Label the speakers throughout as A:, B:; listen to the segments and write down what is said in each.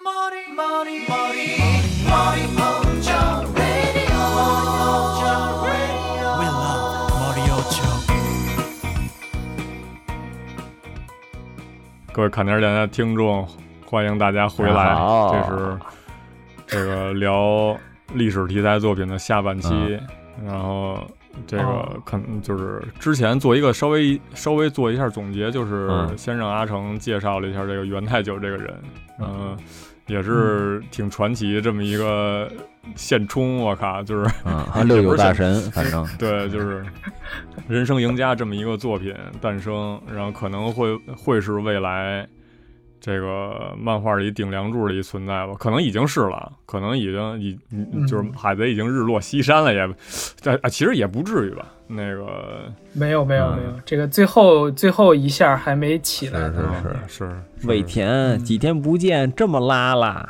A: 머리 머리 머리 머리 먼저 radio 먼저 radio
B: We love 머리有球。
C: 各位卡尼尔电台的听众，欢迎大家回
D: 大
C: 来
D: 家好。
C: 这是这个聊历史题材作品的下半期，
D: 嗯
C: 然后这个
B: 哦
C: 可能就是之前做一个稍微稍微做一下总结，就是
D: 嗯
C: 先让阿成介绍了一下这个元太久这个人，嗯、也是挺传奇这么一个现充，我靠，就是 嗯
D: 嗯，还有六九大神，反正
C: 对，就是人生赢家这么一个作品诞生，然后可能会会是未来这个漫画里顶梁柱的一存在吧，可能已经是了，可能已经已
B: 嗯
C: 就是海贼已经日落西山了，也， 但啊其实也不至于吧，那个
E: 没有没有
D: 嗯
E: 没有，这个最后最后一下还没起来呢。
C: 嗯啊是是
D: 尾田几天不见，这么拉拉，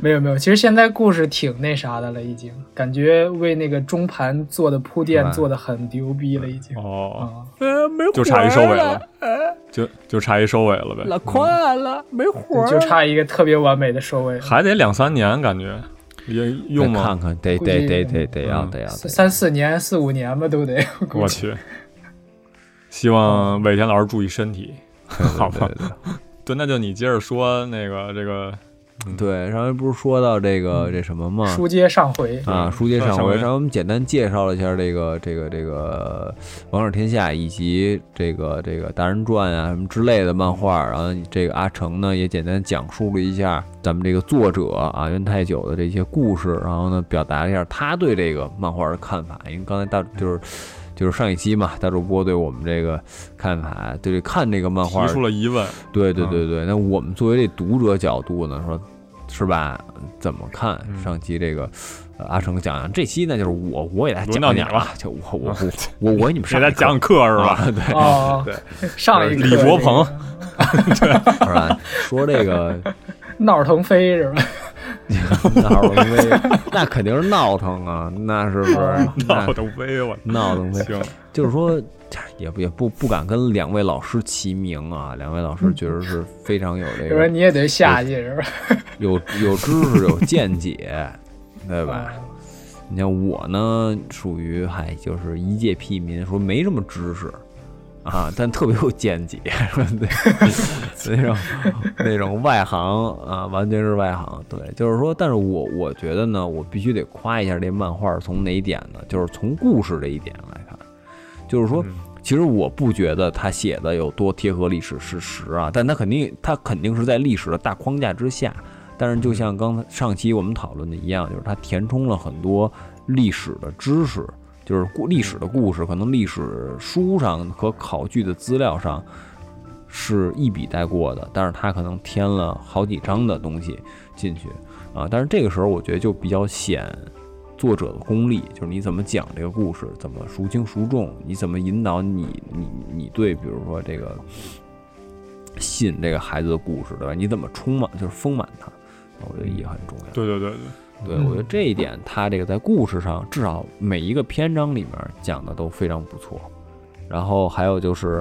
E: 没有没有，其实现在故事挺那啥的了，已经感觉为那个中盘做的铺
D: 是
E: 垫
D: 吧
E: 做的很牛逼了，已经。
C: 哦，
E: 啊，
C: 就差一收尾 了，就就差一收尾了呗，
D: 快了，没活
E: 就差一个特别完美的收尾了，
C: 还得两三年感觉也用吗
D: 看？看，得
E: 估
D: 得
E: 计
D: 得得得要
C: 嗯
D: 得要，
E: 三
D: 得
E: 三四年、四五年吧，都得。估
C: 我
E: 计
C: 去，希望尾田老师注意身体。
D: 要
C: 好吧，
D: 哦对对对对
C: 对，那就你接着说那个这个，
D: 对，上回不是说到这
C: 嗯
D: 个这什么吗？
E: 书接上回，
D: 啊，书接
C: 上
D: 上
C: 上
D: 回，
C: 回
D: 上回我们简单介绍了一下这个这个这个《王者天下》以及这个这个《达人传》啊什么之类的漫画，然后这个阿成呢也简单讲述了一下咱们这个作者啊元太久的这些故事，然后呢表达了一下他对这个漫画的看法，因为刚才大就是。就是上一期嘛，大主播对我们这个看法，对这看这个漫画
C: 提出了疑问，
D: 对
C: 啊
D: 对对对，那我们作为这读者角度呢，说是吧？怎么看
C: 嗯
D: 上期这个、呃阿成讲讲这期呢？就是我我给大家
C: 轮
D: 讲
C: 到你
D: 讲啊，就我 我我我我给你们
C: 给
D: 上
C: 他
D: 一课
C: 讲课是吧？
D: 啊，对，
E: 哦，上一个
C: 李伯鹏
D: 是吧？说这 个
E: 闹腾飞是吧？
D: 闹腾呗，那肯定是闹腾啊，那是不是
E: 哦？
D: 那
C: 闹腾飞我，
D: 闹腾呗，
C: 行，
D: 就是说，也不也不不敢跟两位老师齐名啊，两位老
C: 嗯
D: 师确实是非常有这
E: 就说
D: 个
E: 你也得下去是吧？
D: 有有知识有见解，对吧？你像我呢，属于嗨，就是一介屁民，说没什么知识啊，但特别有见解，说那那种那种外行啊，完全是外行。对，就是说，但是我我觉得呢，我必须得夸一下这漫画，从哪一点呢？就是从故事这一点来看，就是说。其实我不觉得他写的有多贴合历史事实啊，但他肯定他肯定是在历史的大框架之下，但是就像刚才上期我们讨论的一样，就是它填充了很多历史的知识，就是故历史的故事，可能历史书上和考据的资料上是一笔带过的，但是它可能添了好几章的东西进去啊。但是这个时候，我觉得就比较显作者的功力，就是你怎么讲这个故事，怎么孰轻孰重，你怎么引导你你你对，比如说这个吸引这个孩子的故事，对吧？你怎么充满就是丰满它，我觉得也很重要。
C: 对对对对，
D: 对，
E: 嗯
D: 我觉得这一点，他这个在故事上，至少每一个篇章里面讲的都非常不错。然后还有就是，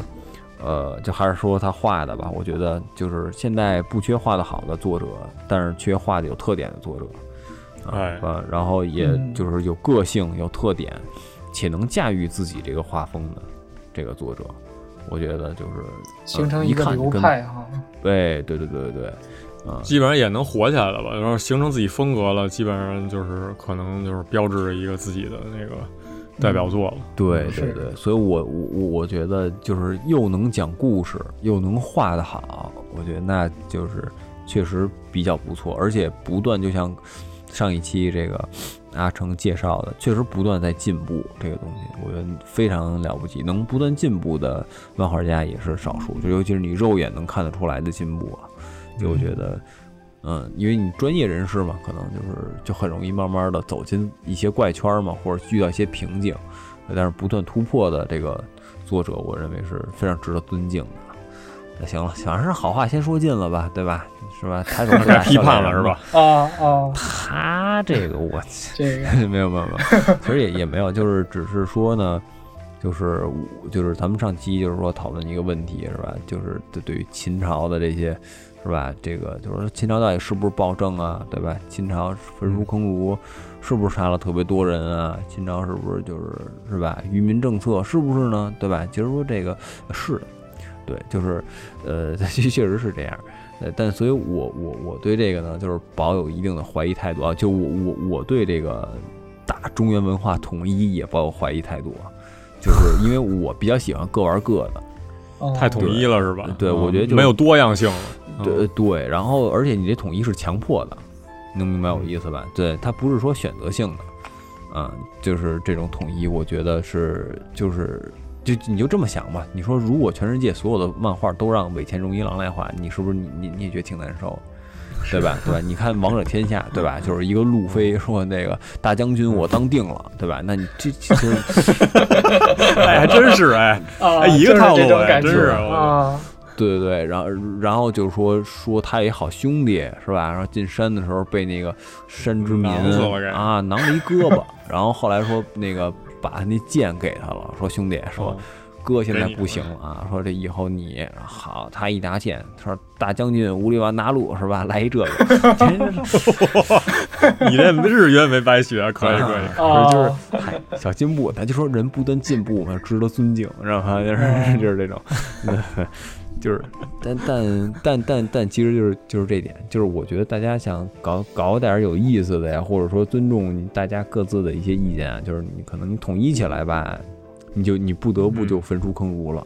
D: 呃，就还是说他画的吧，我觉得就是现在不缺画的好的作者，但是缺画的有特点的作者。
C: 哎，
D: 呃，然后也
E: 嗯
D: 就是有个性、有特点，且能驾驭自己这个画风的这个作者，我觉得就是
E: 形成
D: 呃
E: 一
D: 一
E: 个
D: 看就
E: 流
D: 跟
E: 派哈。
D: 对对对对对，啊、
C: 基本上也能火起来了吧？然后形成自己风格了，基本上就是可能就是标志着一个自己的那个代表作了。
D: 对对
E: 是
D: 对，所以我我我我觉得就是又能讲故事，又能画得好，我觉得那就是确实比较不错，而且不断就像上一期这个阿成介绍的，确实不断在进步这个东西，我觉得非常了不起，能不断进步的漫画家也是少数，就尤其是你肉眼能看得出来的进步啊，就我觉得。嗯，因为你专业人士嘛，可能就是就很容易慢慢的走进一些怪圈嘛，或者遇到一些瓶颈，但是不断突破的这个作者，我认为是非常值得尊敬的。那行了，反正是好话先说尽了吧，对吧？是吧？抬手
C: 该批判了
D: 嗯
C: 是吧？？
E: 啊啊，
D: 他这个我
E: 这个
D: 没有没有没有，其实也也没有，就是只是说呢，就是我就是咱们上期就是说讨论一个问题是吧？就是对对于秦朝的这些是吧？这个就是说秦朝到底是不是暴政啊？对吧？秦朝焚书坑儒是不是杀了特别多人啊？秦朝是不是就是是吧？愚民政策是不是呢？对吧？其实说这个是，对，就是呃， 确确实是这样。呃，但所以我我我对这个呢，就是保有一定的怀疑态度啊。就我我我对这个大中原文化统一也抱有怀疑态度啊，就是因为我比较喜欢各玩各的，
E: 哦
C: 太统一了是吧？
D: 对
C: 嗯
D: 我觉得就
C: 没有多样性了。嗯
D: 对呃对。然后而且你这统一是强迫的，能明白我意思吧？对，它不是说选择性的，嗯，就是这种统一，我觉得是就是。就你就这么想吧，你说如果全世界所有的漫画都让尾田荣一郎来画，你是不是你你你也觉得挺难受？对吧？对吧？你看《王者天下》，对吧？就是一个路飞说那个大将军我当定了，对吧？那你这其实呃
C: 哎，还真是哎，
E: 啊，
C: 哎一
E: 就
C: 个
E: 是
C: 套路
E: 这种
C: 哎
E: 感觉
C: 真是
E: 啊，
D: 对对对，然后然后就是说说他有一好兄弟是吧？然后进山的时候被那个山之民
C: 囊死了给
D: 啊囊了一胳膊，然后后来说那个把他那剑给他了，说兄弟说
C: 嗯
D: 哥现在不行了啊，说这以后你好，他一拿剑说大将军无力完拿路是吧？来一这个， 真是
C: 你这日语也没白学，可以可以。
E: 啊，
D: 就是嗨小进步，咱就说人不断进步嘛，值得尊敬，知道吗？ 就是就是这种，就是，但但但但但，其实就是就是这点，就是我觉得大家想搞搞点有意思的呀，或者说尊重大家各自的一些意见啊，就是你可能统一起来吧，你就你不得不就焚书坑儒了。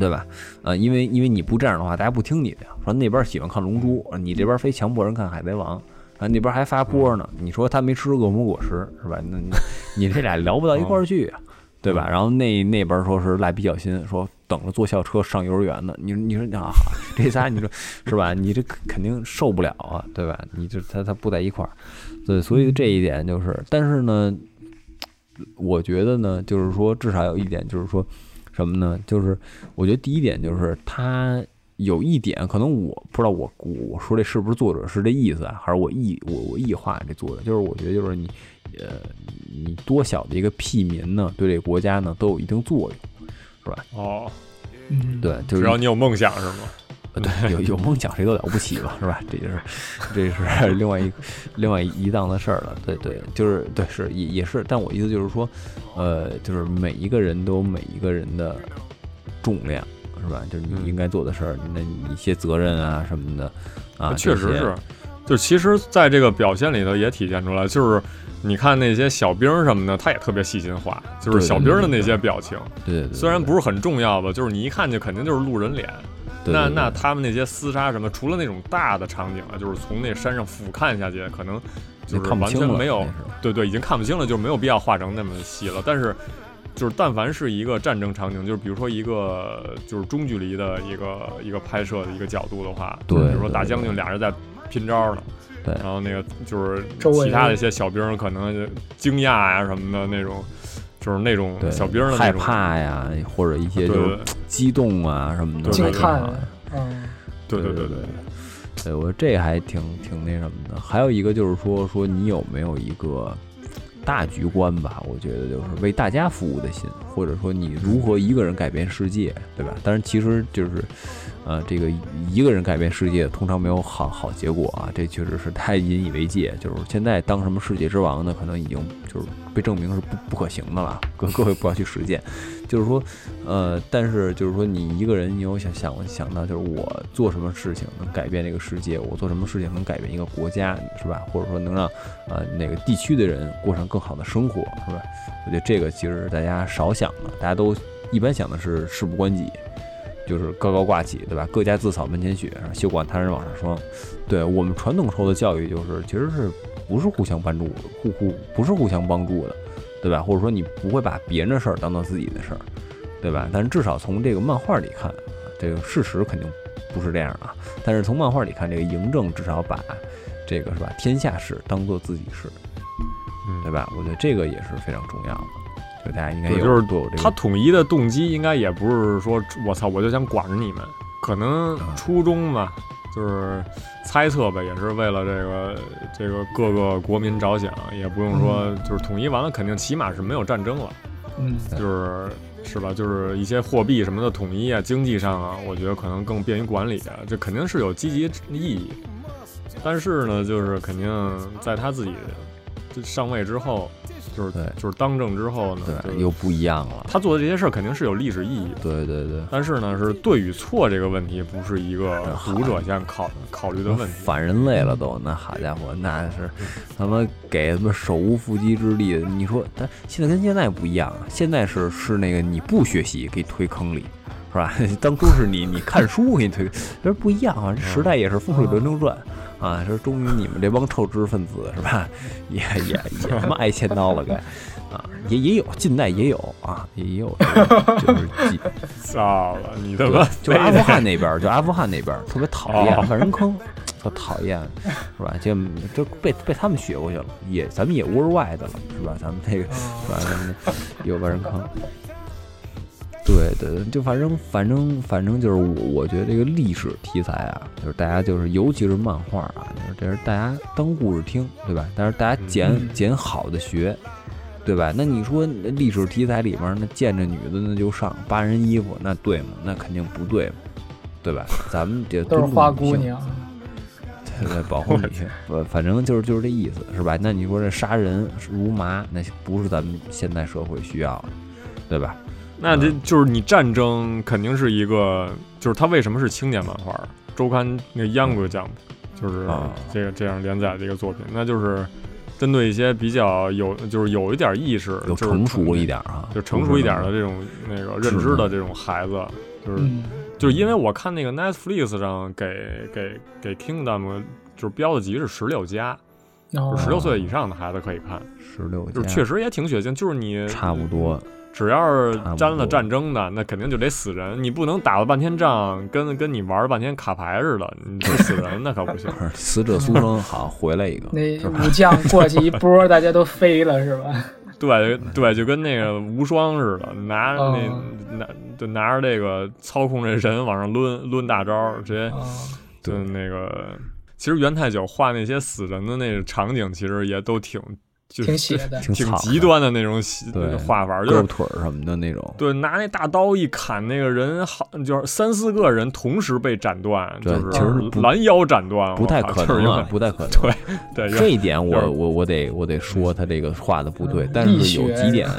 D: 对吧？啊、因为因为你不这样的话，大家不听你的呀。说那边喜欢看《龙珠》，你这边非强迫人看《海贼王》，啊，那边还发波呢。你说他没吃恶魔果实是吧？那你你这俩聊不到一块儿去啊，对吧？然后那那边说是蜡笔小新，说等着坐校车上幼儿园呢。你你说啊， 这仨你说是吧？你这肯定受不了啊，对吧？你这他他不在一块儿，对，所以这一点就是，但是呢，我觉得呢，就是说至少有一点就是说什么呢？就是我觉得第一点就是他有一点，可能我不知道我我我说这是不是作者是这意思啊，还是我异我我异化这作者？就是我觉得就是你呃你多小的一个屁民呢，对这个国家呢都有一定作用，
C: 哦，
E: 嗯，
D: 对，
C: 嗯只
D: 就是
C: 要你有梦想是吗？
D: 对，有有梦想谁都了不起嘛，是吧？这就是，这 是另外一另外一档的事儿了。对对，就是对是也也是，但我意思就是说，呃，就是每一个人都有每一个人的重量，是吧？就是
C: 嗯
D: 你应该做的事儿，那你一些责任啊什么的啊，
C: 确实
D: 这些
C: 是，就其实在这个表现里头也体现出来，就是你看那些小兵什么的，他也特别细心化，就是
D: 对
C: 小兵的那些表情，
D: 对对对，
C: 虽然不是很重要吧，就是你一看就肯定就是路人脸。
D: 对
C: 那
D: 对
C: 那
D: 对
C: 他们那些厮杀什么，除了那种大的场景啊，就是从那山上俯瞰下去，可能就
D: 那
C: 是
D: 看不
C: 完
D: 清
C: 全
D: 了哎
C: 没有
D: 那是，
C: 对对，已经看不清了，就没有必要画成那么细了。但是就是但凡是一个战争场景，就是比如说一个就是中距离的一个一个拍摄的一个角度的话，
D: 对
C: 比如说
D: 对
C: 大
D: 对
C: 将军俩人在拼招呢，
D: 对
C: 然后那个就是
E: 周围
C: 其他的一些小兵儿可能就惊讶呀、什么的那种，就是那种
D: 对
C: 小兵儿的那
D: 害
C: 种
D: 怕呀，或者一
C: 对
D: 些就
C: 对
D: 是激动啊什么的，
C: 对
E: 惊
C: 对
E: 叹
D: 啊。，
E: 嗯，
C: 对对对
D: 对
C: 对对。
D: 对，我说这还挺挺那什么的。还有一个就是说说你有没有一个大局观吧？我觉得就是为大家服务的心，或者说你如何一个人改变世界，对吧？当然，其实就是呃，这个一个人改变世界通常没有好好结果啊，这确实是太引以为戒。就是现在当什么世界之王呢，可能已经就是被证明是不不可行的了，各各位不要去实践。就是说，呃，但是就是说，你一个人，你有想想想到，就是我做什么事情能改变这个世界，我做什么事情能改变一个国家，是吧？或者说能让呃哪个地区的人过上更好的生活，是吧？我觉得这个其实大家少想了，大家都一般想的是事不关己，就是高高挂起，对吧？各家自扫门前雪，休管他人网上霜。对我们传统受的教育就是，其实是不是互相帮助，互互不是互相帮助的，对吧？或者说你不会把别人的事儿当做自己的事儿，对吧？但是至少从这个漫画里看，这个事实肯定不是这样啊。但是从漫画里看，这个嬴政至少把这个是吧天下事当做自己事，
C: 嗯
D: 对吧？我觉得这个也是非常重要的，就大家应该
C: 对
D: 有
C: 就是
D: 都有这个
C: 他统一的动机应该也不是说我操我就想管着你们，可能
D: 啊
C: 初衷嘛，就是猜测呗，也是为了这个
D: 嗯
C: 这个各个国民着想，也不用说就是统一完了，肯定起码是没有战争了，
E: 嗯，
C: 就是是吧？就是一些货币什么的统一啊，经济上啊，我觉得可能更便于管理啊，这肯定是有积极意义。但是呢，就是肯定在他自己就上位之后，就是
D: 对
C: 就是当政之后呢，就
D: 对，
C: 是
D: 又不一样了。
C: 他做的这些事儿肯定是有历史意义的。
D: 对对对，
C: 但是呢，是对与错这个问题，不是一个读者先考考虑的问题。
D: 反人类了都，那好家伙，那是 他妈给他们手无缚鸡之力。你说，但现在跟现在不一样啊，现在是是那个你不学习给你推坑里，是吧？ 当初是你你看书给你推，这不一样啊，这时代也是风水轮流转。
C: 嗯
D: 啊，说终于你们这帮臭知识分子是吧， 也也也他妈挨千刀了该，啊，也也有近代也有啊，也也有这个 就是几
C: 操了，啊你他妈
D: 就是阿富汗那边儿，就阿富汗那边儿特别讨厌
C: 哦，
D: 万人坑，特讨厌，是吧？就就被被他们学过去了，也咱们也 worldwide 了，是吧？咱们这个
E: 哦
D: 是吧？咱们这有万人坑。对对对，就反正反正反正就是我我觉得这个历史题材啊，就是大家就是尤其是漫画啊，就是这是大家当故事听，对吧？但是大家
E: 嗯
D: 捡捡好的学，对吧？那你说历史题材里面那见着女的那就上扒人衣服，那对吗？那肯定不对嘛，对吧？咱们得
E: 都
D: 尊
E: 是
D: 重
E: 花
D: 女
E: 姑
D: 性
E: 娘，
D: 对对，保护 女性，呃，反正就是就是这意思，是吧？那你说这杀人如麻，那不是咱们现代社会需要的，对吧？
C: 那这就是你战争肯定是一个，就是它为什么是青年漫画儿周刊那个 Young Jump，就是
D: 啊
C: 这个这样连载的一个作品，那就是针对一些比较有就是有一点意识，就
D: 有
C: 是
D: 成熟一点啊，
C: 就成熟一点
D: 不
C: 的
D: 是
C: 这种那个认知的这种孩子，就是
E: 嗯，
C: 就是因为我看那个 Netflix 上给给给 Kingdom 就是标的级是十六加，
E: 然
C: 就
E: 后
C: 十六岁以上的孩子可以看，
D: 那么十六
C: 就是
D: 加
C: 确实也挺血腥，就是你
D: 差不多，
C: 只要是
D: 差不
C: 沾了
D: 多
C: 战争的，那肯定就得死人。你不能打了半天仗，跟跟你玩了半天卡牌似的，你就死人那可不行。
D: 不是死 者苏生好回来一个，
E: 那武将 过去一波，大家都飞了是
C: 嗯
E: 吧？
C: 对对，就跟那个无双似的，拿那、
E: 哦
C: 拿就拿着这个操控这人往上抡抡大招，直接
E: 啊，
C: 就那个。其实元太久画那些死人的那个场景，其实也都挺就
E: 挺
C: 是
E: 血的，
D: 挺
C: 挺
D: 惨
C: 极
D: 的，
C: 端的那种写
D: 对
C: 画法，就是
D: 胳膊腿儿什么的那种，
C: 对，拿那大刀一砍，那个人好就是三四个人同时被斩断，就
D: 对
C: 是
D: 其实不
C: 拦腰斩断，
D: 不
C: 我
D: 太
C: 靠
D: 可
C: 哦就是
D: 能
C: 有
D: 啊，
C: 点
D: 不太可能。
C: 对对，有
D: 这一点
C: 哎就是
D: 我我我得我得说他这个画的不对，但
E: 力
D: 是
E: 学
D: 有几点，
E: 啊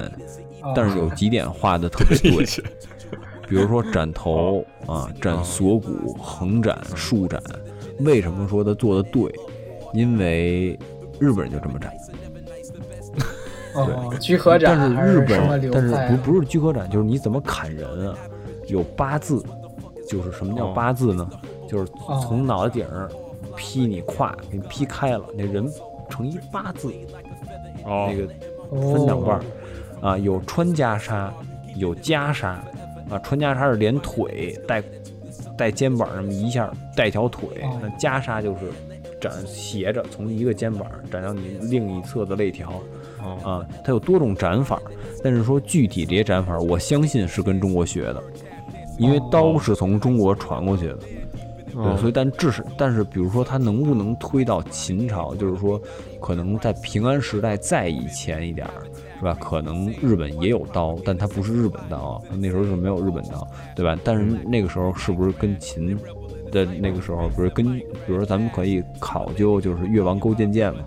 D: 但是有几点画的特别
C: 点
D: 对
C: 力，气
D: 比如说斩头啊、斩锁骨、横斩、竖斩。为什么说他做的对？因为日本人就这么斩，
E: 哦，居合
D: 但
E: 斩
D: 是
E: 还
D: 日
E: 什么
D: 本
E: 流，
D: 但
E: 派啊？
D: 是不不是居合斩，就是你怎么砍人啊？有八字，就是什么叫
C: 哦
D: 八字呢？就是
E: 哦
D: 从脑袋顶儿劈你胯，给你劈开了，那人成一八字，
C: 哦
D: 那，个
E: 哦
D: 分两半儿，啊，有穿袈裟，有袈裟，啊，穿袈裟是连腿带带肩膀这么一下带条腿，
E: 哦
D: 那袈裟就是展斜着从一个肩膀展到你另一侧的肋条，
C: 哦
D: 啊，它有多种斩法，但是说具体这些斩法，我相信是跟中国学的，因为刀是从中国传过去的。
C: 哦
D: 对，所以但至少，但是比如说，它能不能推到秦朝，就是说，可能在平安时代再以前一点儿，是吧？可能日本也有刀，但它不是日本刀，啊那时候是没有日本刀，对吧？但是那个时候是不是跟秦的那个时候，不是跟，比如说咱们可以考究，就是越王勾践剑嘛，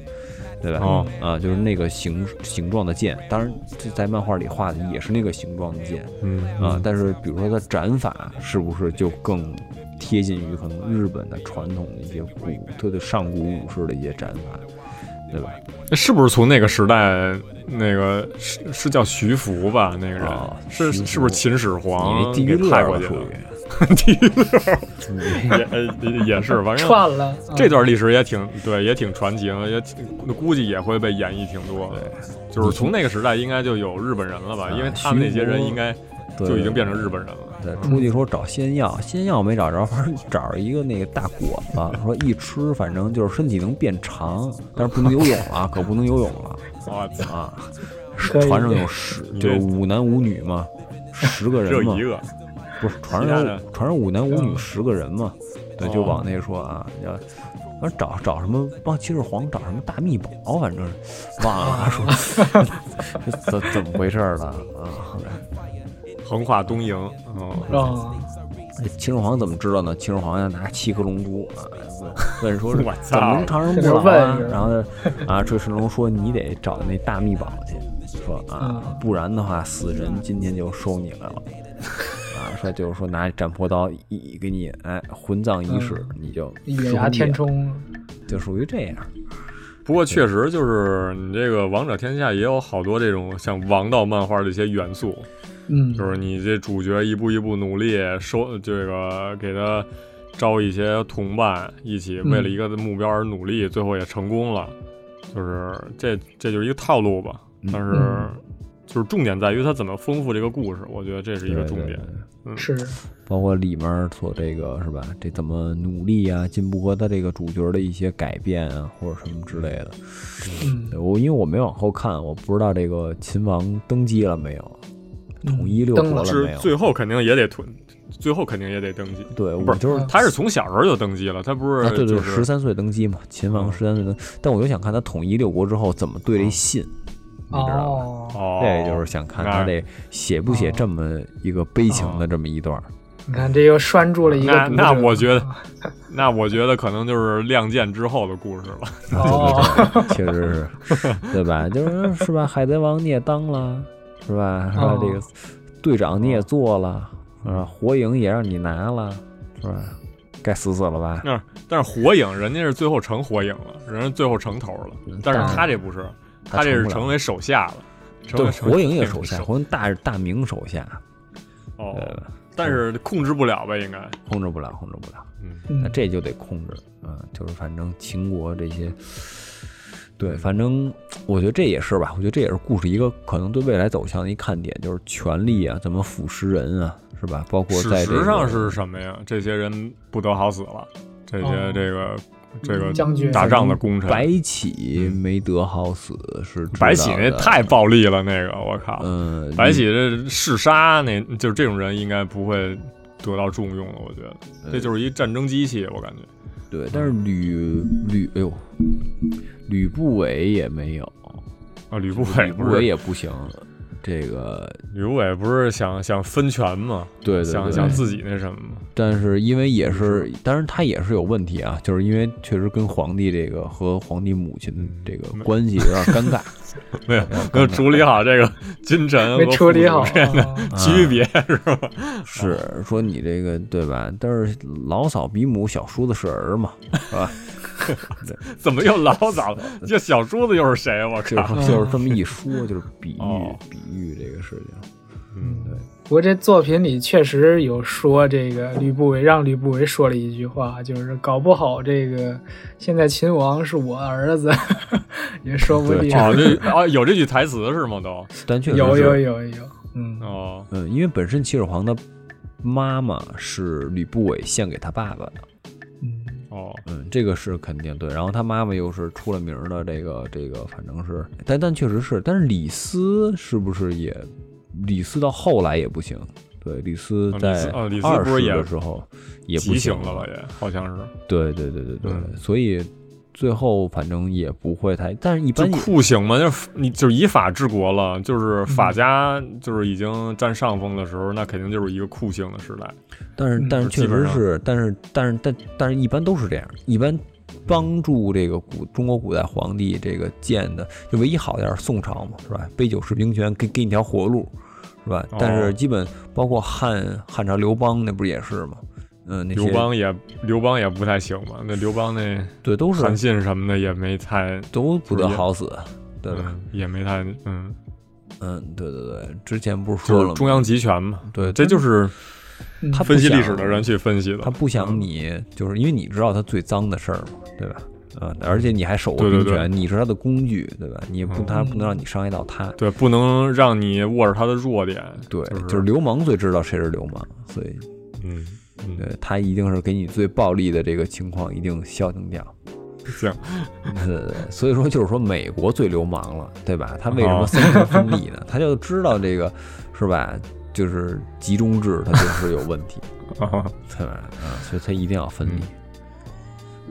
D: 对吧？
C: 哦
D: 啊，就是那个形形状的剑，当然这在漫画里画的也是那个形状的剑，
C: 嗯
D: 啊，但是比如说它斩法是不是就更贴近于可能日本的传统的一些古，它的上古武士的一些斩法，对吧？
C: 那是不是从那个时代那个是是叫徐福吧？那个人
D: 哦
C: 是
D: 徐福
C: 是不是秦始
D: 你那
C: 皇
D: 地狱
C: 啊给
D: 乐
C: 派
D: 了
C: 过去
D: 属
C: 的？
D: 于，
C: 地狱
D: 你
C: 乐也也是，反正
E: 串了啊
C: 这段历史也挺对，也挺传奇的，也挺估计也会被演绎挺多的。就是从那个时代应该就有日本人了吧？
D: 啊
C: 因为他们那些人应该
D: 对
C: 就已经变成日本人了。
D: 对，出去说找仙药，仙药没找着， 反正找着一个那个大果子，说一吃，反正就是身体能变长，但是不能游泳啊，可不能游泳了
C: 我操，
D: 啊！
E: 可以
D: 船上有十，
C: 你
D: 就是
C: 这
D: 五男五女嘛，十个
C: 只有
D: 人嘛
C: 一，个
D: 不是船
C: 其他
D: 上
C: 的哦
D: 船上五男五女十个人嘛，对，就往那说啊，要要找找什么忘记是黄找什么大密宝，反正 忘了说 怎怎么回事儿了啊。
C: 横跨东瀛，哦，
E: 啊，
D: 这哎秦始皇怎么知道呢？秦始皇要拿七颗龙珠啊，问问说是
C: 我操
D: 怎么能长生不
E: 这
D: 老
E: 就
D: 啊
E: 问是？吧
D: 然后呢啊，这神龙说你得找那大秘宝去，说啊
E: 嗯，
D: 不然的话死神今天就收你来了。啊，说就是说拿斩魄刀一一给你，哎，魂葬仪式，你就
E: 远嗯牙天
D: 冲，
E: 冲，
D: 就属于这样。
C: 不过确实就是你这个《王者天下》也有好多这种像王道漫画的一些元素，
E: 嗯，
C: 就是你这主角一步一步努力，收这个给他招一些同伴，一起
D: 嗯
C: 为了一个目标而努力，最后也成功了。就是这这就是一个套路吧，但是
E: 嗯
C: 就是重点在于它怎么丰富这个故事，我觉得这是一个
D: 对
C: 重
D: 对
C: 点。
E: 是，
D: 包括里面所这个是吧？这怎么努力啊，进步和他这个主角的一些改变啊，或者什么之类的。
E: 嗯
D: 对我因为我没往后看，我不知道这个秦王登基了没有，统一六
E: 登
D: 国
E: 了
C: 嗯
D: 了
C: 是
D: 没有？
C: 最后肯定也得囤，最后肯定也得登基。
D: 对，
C: 不
D: 我
C: 是
D: 就是
E: 嗯
C: 他是从小时候就登基了，他不是
D: 啊，对
C: 就
D: 对，十
C: 是
D: 三岁登基嘛，秦王
C: 嗯
D: 十三岁登，但我就想看他统一六国之后怎么对这信，你知道吧？
E: 嗯哦，
C: 哦，
D: 这就是想看他这写不写这么一个悲情
C: 哦
D: 的这么一段儿。
E: 你看这又拴住了一个
C: 那
E: 读
C: 那
E: 者
C: 我觉得，那我觉得可能就是《亮剑》之后的故事了。
E: 哦，
D: 确实是，对吧？就是是吧？海贼王你也当了，是吧？是吧
E: 哦？
D: 这个队长
C: 哦
D: 你也做了，是吧？火影也让你拿了，是吧？该死死了吧？
C: 那但是火影人家是最后成火影了，人家最后成头了，
D: 嗯
C: 但是他这不是，他这是成为手下了，成
D: 对
C: 为
D: 火影也手
C: 成
D: 下，
C: 为
D: 火影大大明啊手下，
C: 哦，但是控制不了吧？应该，
D: 控制不了，控制不了。
C: 嗯，
D: 那
E: 嗯
D: 这就得控制，嗯，就是反正秦国这些，对，反正我觉得这也是吧，我觉得这也是故事一个可能对未来走向的一看点，就是权力啊，怎么腐蚀人啊，是吧？包括
C: 事
D: 在这
C: 实上
D: 个
C: 是什么呀？这些人不得好死了，这些
E: 哦嗯
C: 这个这个
E: 将军
C: 打仗的功臣，
D: 白起没得好死是知
C: 嗯白起
D: 道
C: 那
D: 的
C: 太暴力了，那个我靠，
D: 嗯，
C: 白起这嗜杀那，就是这种人应该不会得到重用了，我觉得这就是一战争机器，我感觉。
D: 对，但是吕吕哎呦，吕不韦也没有，
C: 啊，吕不
D: 吕
C: 韦
D: 不
C: 不
D: 韦
C: 是
D: 也不行，这个
C: 吕不韦不是想想分权吗？
D: 对对
C: 想
D: 对，
C: 想自己那什么吗？
D: 但是因为也是，当然他也是有问题啊，就是因为确实跟皇帝这个和皇帝母亲的这个关系有点尴尬，
C: 没有，
D: 嗯
C: 没有处理好这个君臣和
E: 没处理好，
C: 父子
E: 哦
D: 嗯
C: 之间的区别是吧？
D: 是说你这个对吧？但是老嫂比母，小叔子是儿嘛，是吧？
C: 怎么又老早了？这小叔子又是谁？我
D: 就是
C: 靠！
D: 说就是这么一说， 就是比
C: 哦
D: 喻比喻这个事情。
E: 不过这作品里确实有说这个吕不韦，让吕不韦说了一句话，就是搞不好这个现在秦王是我儿子， 也说不定。
C: 哦，这啊有这句台词是吗？都
D: 但确实
E: 有
D: 是
E: 有有有，嗯，
C: 哦
D: 嗯，因为本身秦始皇的妈妈是吕不韦献给他爸爸的，
E: 嗯
C: 哦，
D: 嗯，这个是肯定对。然后他妈妈又是出了名儿的，这个这个，反正是，但但确实是，但是李斯是不是也，李斯到后来也不行。对，李斯
C: 啊李斯
D: 在
C: 啊李斯
D: 二
C: 不是
D: 十
C: 也
D: 的时候也不
C: 急
D: 行
C: 醒了吧？也好像是，
D: 对对对对对，
C: 嗯
D: 所以最后反正也不会太，但是一
C: 就
D: 般也
C: 酷刑嘛，就是你就是以法治国了，就是
E: 嗯
C: 法家就是已经占上风的时候，那肯定就是一个酷刑的时代。
D: 但是
E: 嗯
D: 但是
C: 就基
D: 确
C: 本
D: 实
C: 上
D: 是，但是但是但但是一般都是这样，一般帮助这个古中国古代皇帝这个建的，就唯一好点儿宋朝嘛，是吧？杯酒释兵权，给给你条活路，是吧？但
C: 哦
D: 是基本包括汉汉朝刘邦那不是也是吗？嗯，那
C: 刘
D: 些
C: 邦也刘邦也不太行吧？那刘邦那
D: 对都是
C: 韩信什么的也没太，
D: 都不得
C: 也
D: 好死，对吧？
C: 嗯，也没太，嗯，
D: 嗯，对对对，之前不是说
C: 就
D: 了
C: 是
D: 吗？
C: 中央集权嘛。
D: 对，
C: 这就是
E: 嗯
D: 他不
C: 分析历
D: 想
C: 史的人去分析的
D: 他。不想你，就是因为你知道他最脏的事儿嘛，对吧？嗯，而且你还手握
C: 对
D: 兵
C: 对对
D: 权，你是他的工具，对吧？你也不，
C: 嗯
D: 他不能让你伤害到他。
C: 对，不能让你握着他的弱点。
D: 对，就是是流氓最知道谁是流氓，所以
C: 嗯嗯，
D: 对他一定是给你最暴力的这个情况一定消停掉。
C: 行，
D: 呃， 所以说就是说美
C: 啊
D: 国最流氓了，对吧？他为什么三权分立呢？他就知道这个是吧？就是集中制，它就是有问题，
C: 啊，
D: 对吧？啊，所以它一定要分离。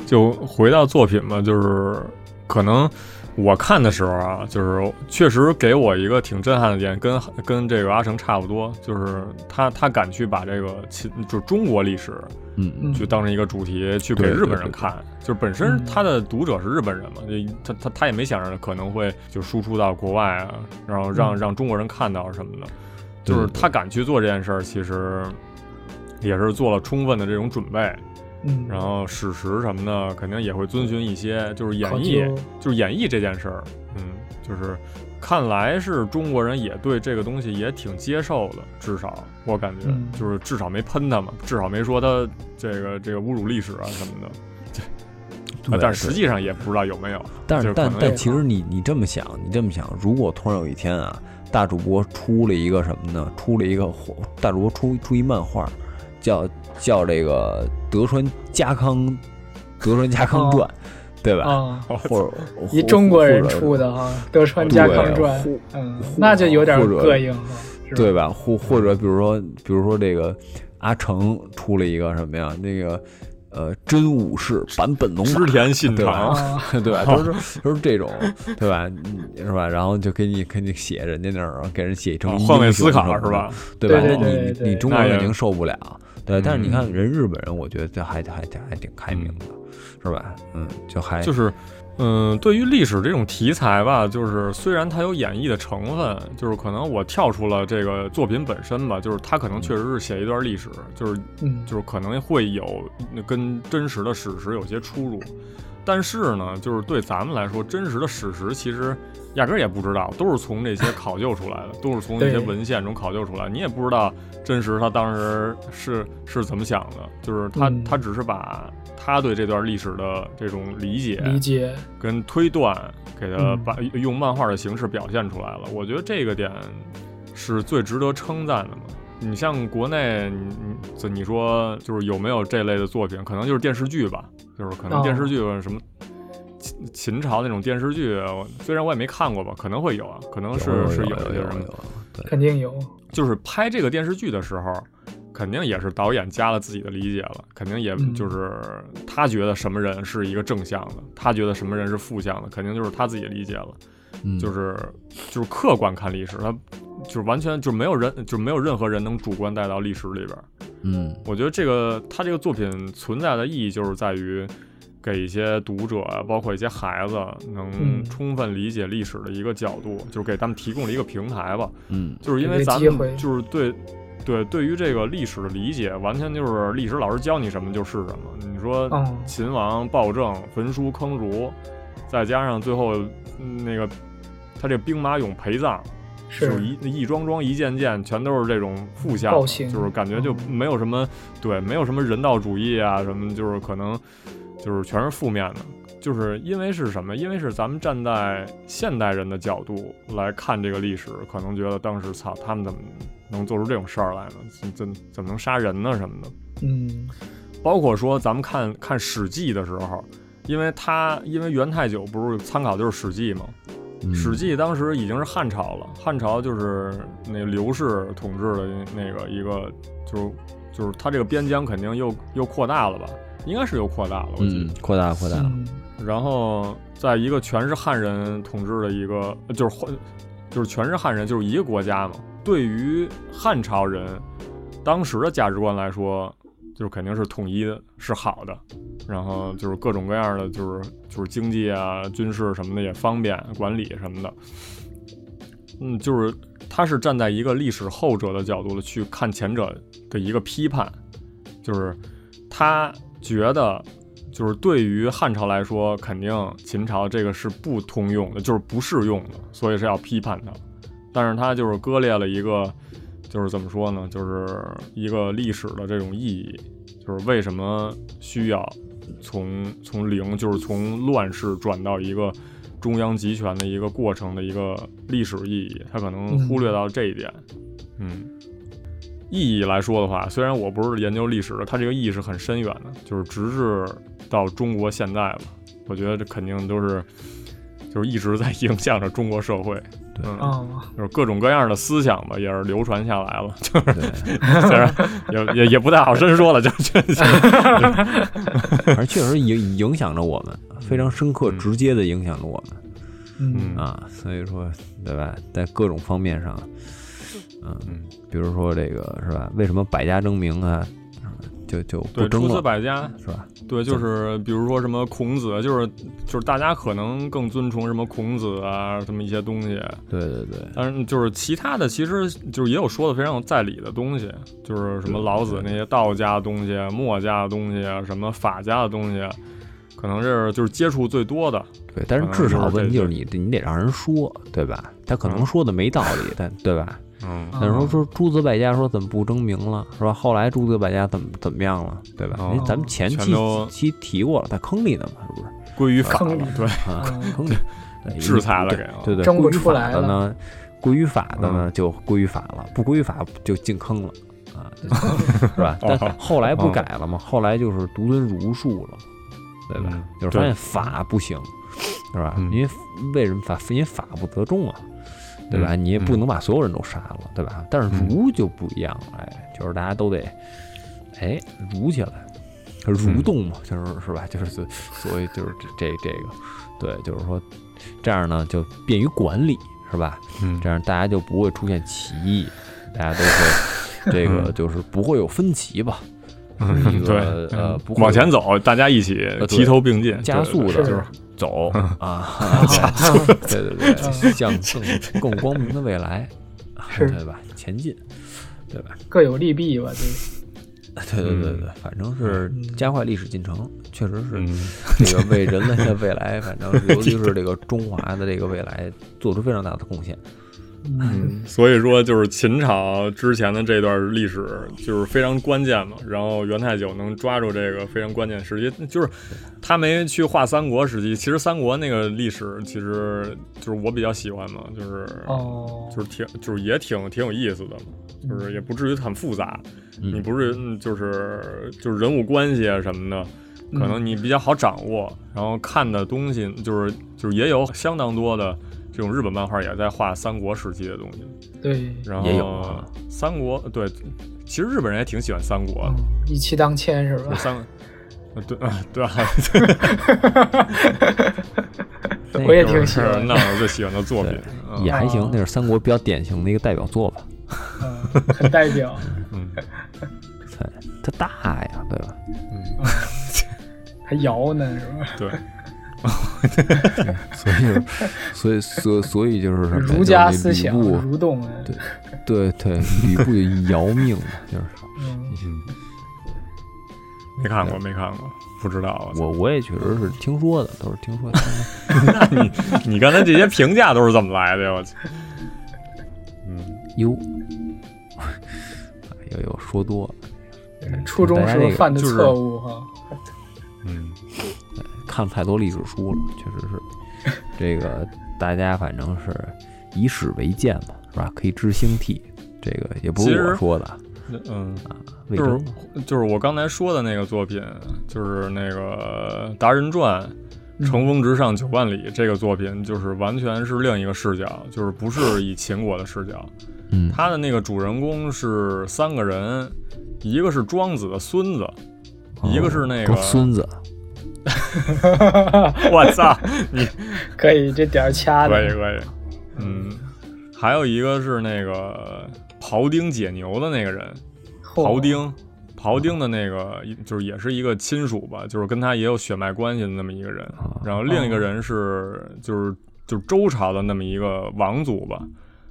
C: 就回到作品吧，就是可能我看的时候啊，就是确实给我一个挺震撼的点，跟跟这个阿成差不多，就是他他敢去把这个秦就是中国历史
D: 嗯，
E: 嗯
C: 去当成一个主题去给
D: 对
C: 日本
D: 对
C: 人
D: 对嗯
C: 看，就是本身他的读者是日本人嘛，就他他他也没想着可能会就输出到国外啊，然后让
E: 嗯
C: 让中国人看到什么的，
D: 对
C: 就是
D: 对
C: 他敢去做这件事儿，其实也是做了充分的这种准备。
E: 嗯，
C: 然后史实什么的，肯定也会遵循一些，就是演
E: 考
C: 绎
E: 究，
C: 就是演绎这件事儿，嗯，就是看来是中国人也对这个东西也挺接受的，至少我感觉、
E: 嗯
C: 就是至少没喷他嘛，至少没说他这个这个侮辱历史啊什么的，啊
D: 对
C: 但
D: 嗯对
C: 是实际上也不知道有没有，
D: 但
C: 就是是
D: 但
C: 可能
D: 但
C: 有
D: 其实你你这么想，你这么想，如果突然有一天啊，大主播出了一个什么呢？出了一个火大主播出出一漫画，叫叫这个德川家康《德川家康
E: 哦
D: 传》，对吧？
E: 啊，
C: 哦
D: 或者
E: 一
D: 或
E: 中国人
D: 或者
E: 出的哈，《德川家康传》
D: 对
E: 嗯
D: 或，
E: 那就有点
D: 或者
E: 膈应了，是吧
D: 对？吧？或或者比如说，比如说这个阿成出了一个什么呀？那个呃，真武士版本龙马
C: 织，田信
D: 对
C: 长
D: 吧
E: 啊，
D: 对吧？都是都是这种，对吧？嗯是吧？然后就给你给你写人家那儿，给人写成
C: 啊
D: 英雄啊
C: 换位思考
D: 什么的
C: 是吧？？
D: 对吧？
E: 对
D: 你
E: 对对
D: 你
E: 对
D: 你中国
C: 那
D: 人
C: 也
D: 肯定受不了，对。但是你看
C: 嗯
D: 人日本人，我觉得这还还还还挺开明的，是吧？嗯，就还
C: 就是，嗯，对于历史这种题材吧，就是虽然它有演绎的成分，就是可能我跳出了这个作品本身吧，就是它可能确实是写一段历史，就是
E: 嗯，
C: 就是可能会有跟真实的史实有些出入，但是呢，就是对咱们来说，真实的史实其实压根儿也不知道，都是从这些考究出来的，都是从一些
E: 对
C: 文献中考究出来，你也不知道真实他当时是是怎么想的，就是他、
E: 嗯
C: 他只是把他对这段历史的这种理解
E: 理解，
C: 跟推断给他
E: 嗯
C: 把用漫画的形式表现出来了。我觉得这个点是最值得称赞的嘛。你像国内，你你这你说就是有没有这类的作品？可能就是电视剧吧，就是可能
E: 哦
C: 电视剧什么秦秦朝那种电视剧，我虽然我也没看过吧，可能会有啊，可能是
D: 有
C: 是
D: 有
C: 一些
D: 有
C: 什么
D: 有，对。
E: 肯定有，
C: 就是拍这个电视剧的时候，肯定也是导演加了自己的理解了，肯定也
E: 嗯
C: 就是他觉得什么人是一个正向的，他觉得什么人是负向的，肯定就是他自己理解了，
D: 嗯
C: 就是就是客观看历史，他就是完全就没有人就没有任何人能主观带到历史里边儿。
D: 嗯，
C: 我觉得这个他这个作品存在的意义就是在于。给一些读者，啊包括一些孩子，能
E: 嗯
C: 充分理解历史的一个角度，就是给他们提供了一个平台吧。
D: 嗯，
C: 就是因
E: 有
C: 为
E: 一个
C: 咱
E: 机会
C: 们就是对对对于这个历史的理解，完全就是历史老师教你什么就是什么。你说
E: 嗯
C: 秦王暴政、焚书坑儒，再加上最后嗯那个他这兵马俑陪葬，就是一一桩桩一件件全都是这种负向
E: 暴
C: 的，
E: 行
C: 就是感觉就
E: 嗯
C: 没有什么对，没有什么人道主义啊什么，就是可能就是全是负面的。就是因为是什么？因为是咱们站在现代人的角度来看这个历史，可能觉得当时操他们怎么能做出这种事儿来呢？怎怎怎么能杀人呢什么的？
E: 嗯，
C: 包括说咱们看看《史记》的时候，因为他因为元太久不是参考就是《史记》嘛，
D: 嗯
C: 《史记》当时已经是汉朝了，汉朝就是那个刘氏统治的那个一个，就是就是它这个边疆肯定又又扩大了吧？应该是又扩大了，我记
D: 嗯
C: 得。，
D: 扩大扩大了，
E: 嗯
C: 然后在一个全是汉人统治的一个，呃就是换，就是全是汉人，就是一个国家嘛。对于汉朝人当时的价值观来说，就是肯定是统一的是好的，然后就是各种各样的，就是就是经济啊、军事什么的也方便管理什么的。嗯，就是他是站在一个历史后者的角度的去看前者的一个批判，就是他觉得，就是对于汉朝来说，肯定秦朝这个是不通用的，就是不适用的，所以是要批判它。但是他就是割裂了一个，就是怎么说呢，就是一个历史的这种意义，就是为什么需要从从零，就是从乱世转到一个中央集权的一个过程的一个历史意义，他可能忽略到这一点，嗯意义来说的话，虽然我不是研究历史的，它这个意义是很深远的，就是直至到中国现在吧，我觉得这肯定都是就是一直在影响着中国社会。
D: 对
C: 嗯
E: 啊，
C: 就是各种各样的思想吧，也是流传下来了。
D: 对，
C: 虽然也也也不太好深说了，就就
D: 反正确实影影响着我们，非常深刻、直接的影响着我们
E: 嗯，
C: 嗯
D: 啊。所以说，对吧，在各种方面上，嗯，
C: 嗯，
D: 比如说这个是吧？为什么百家争鸣啊，就就不
C: 对，
D: 争
C: 诸子
D: 了，
C: 百家，
D: 是吧？
C: 对，就是比如说什么孔子，就是就是大家可能更尊崇什么孔子啊，这么一些东西。
D: 对对对，
C: 但是就是其他的，其实就是也有说的非常有在理的东西，就是什么老子那些道家的东西、啊墨家的东西，啊什么法家的东西，啊可能是就是接触最多的。
D: 对，但是
C: 可能
D: 至
C: 就是
D: 少
C: 这
D: 问题就是
C: 这
D: 你得你得让人说，对吧？他可能
C: 嗯
D: 说的没道理，但对吧？
C: 嗯
E: 啊
D: 但是说说诸子百家说怎么不争鸣了，是吧？后来诸子百家怎么怎么样了，对吧？因为咱们
E: 哦
D: 前
C: 全
D: 期
C: 都
D: 期提过了，在坑里呢嘛，是不是？
C: 归于法
E: 坑
C: 了
E: 里，
C: 对，
D: 啊
E: 嗯，
D: 坑里对
C: 制裁了
D: 对
C: 给啊嗯
D: 对对，
E: 争不
D: 归于
E: 出
D: 法
E: 来
D: 的
E: 了
D: 呢，归于法的呢就归于法了，不归于法就进坑了。啊， 就是吧？但
C: 哦
D: 后来不
C: 哦
D: 改了嘛，后来就是独尊儒术了嘛，对吧？
C: 嗯
D: 就是发
C: 对
D: 现法不行，是吧？
C: 嗯
D: 因为为什么法？因为法不责众啊，对吧？
C: 嗯
D: 你也不
C: 嗯
D: 能把所有人都杀了，对吧？但是
C: 嗯
D: 儒就不一样了，哎，就是大家都得哎儒起来，儒
C: 嗯
D: 动嘛，就是是吧？就是所所以就是这这这个，对，就是说这样呢就便于管理，是吧？
C: 嗯
D: 这样大家就不会出现歧义，大家都 会这个
C: 嗯
D: 就是不会有分歧吧？一
C: 对嗯
D: 个，呃，不会
C: 往
D: 有
C: 前走，大家一起
D: 呃对
C: 齐头并进，
D: 加速的
E: 是
D: 就是走
C: 嗯
D: 啊，
E: 加速，
D: 对对对，向更更光明的未来，啊
E: 是
D: 对吧？前进，对吧？
E: 各有利弊吧，这
D: 对对对对，反正是加快历史进程，确实
C: 嗯
D: 是这个为人类的未 来，反正尤其是这个中华的这个未来，做出非常大的贡献。
C: 嗯，所以说就是秦朝之前的这段历史就是非常关键嘛。然后元太久能抓住这个非常关键时期，就是他没去画三国时期。其实三国那个历史，其实就是我比较喜欢嘛，就是、
E: 哦，
C: 就是挺就是也挺挺有意思的嘛，
E: 嗯
C: 就是也不至于很复杂。
D: 嗯
C: 你不是嗯就是就是人物关系啊什么的，
E: 嗯
C: 可能你比较好掌握，然后看的东西就是就是也有相当多的这种日本漫画也在画三国时期的东西，
E: 对，
C: 然
D: 也有
C: 后
D: 啊
C: 三国对，其实日本人也挺喜欢三国
E: 嗯，一骑当千是
C: 的，就
E: 吧？
C: 三。呃对啊，对啊，
E: 我也
C: 就
E: 挺喜
C: 是
E: 欢
C: 那
E: 的，
C: 我最喜欢的作品
D: 对，
C: 嗯
D: 也还行
E: 啊，
D: 那是三国比较典型的一个代表作吧。
E: 嗯，很 代表，
C: 嗯
D: 对，它大呀，对吧？
E: 还摇呢是吧？
C: 对，
D: 所以就是，所以所以所以就是什么呀
E: 儒家
D: 就是
E: 思
D: 吕
E: 想，啊
D: 布
E: 蠕动的，
D: 对对对，吕布就姚命嘛，就是
E: 嗯，
C: 没看过，没看过，不知道。啊
D: 我我也确实是听说的，都是听说的。
C: 你刚才这些评价都是怎么来的呀？我去，
D: 哟， 哎又有说多了，
E: 初中时候犯的错误哈，
C: 嗯，
D: 看太多历史书了，确实 是。这个大家反正是以史为鉴嘛，是吧？可以知兴替，这个也不
C: 其
D: 是
C: 实
D: 我说的啊，
C: 嗯，
D: 魏
C: 就是
D: 征
C: 就是我刚才说的那个作品，就是那个《达人传》
E: 嗯
C: 《乘风直上九万里》这个作品，就是完全是另一个视角，就是不是以秦国的视角。
D: 嗯，
C: 他的那个主人公是三个人，一个是庄子的孙子，一个是那个
D: 哦孙子，
C: 我 操，你
E: 可以这点儿掐
C: 可以
E: 的，
C: 可以，嗯，还有一个是那个庖丁解牛的那个人，庖
E: 庖，
C: 丁，庖丁的那个就是也是一个亲属吧，就是跟他也有血脉关系的那么一个人。然后另一个人是就是就是周朝的那么一个王族吧，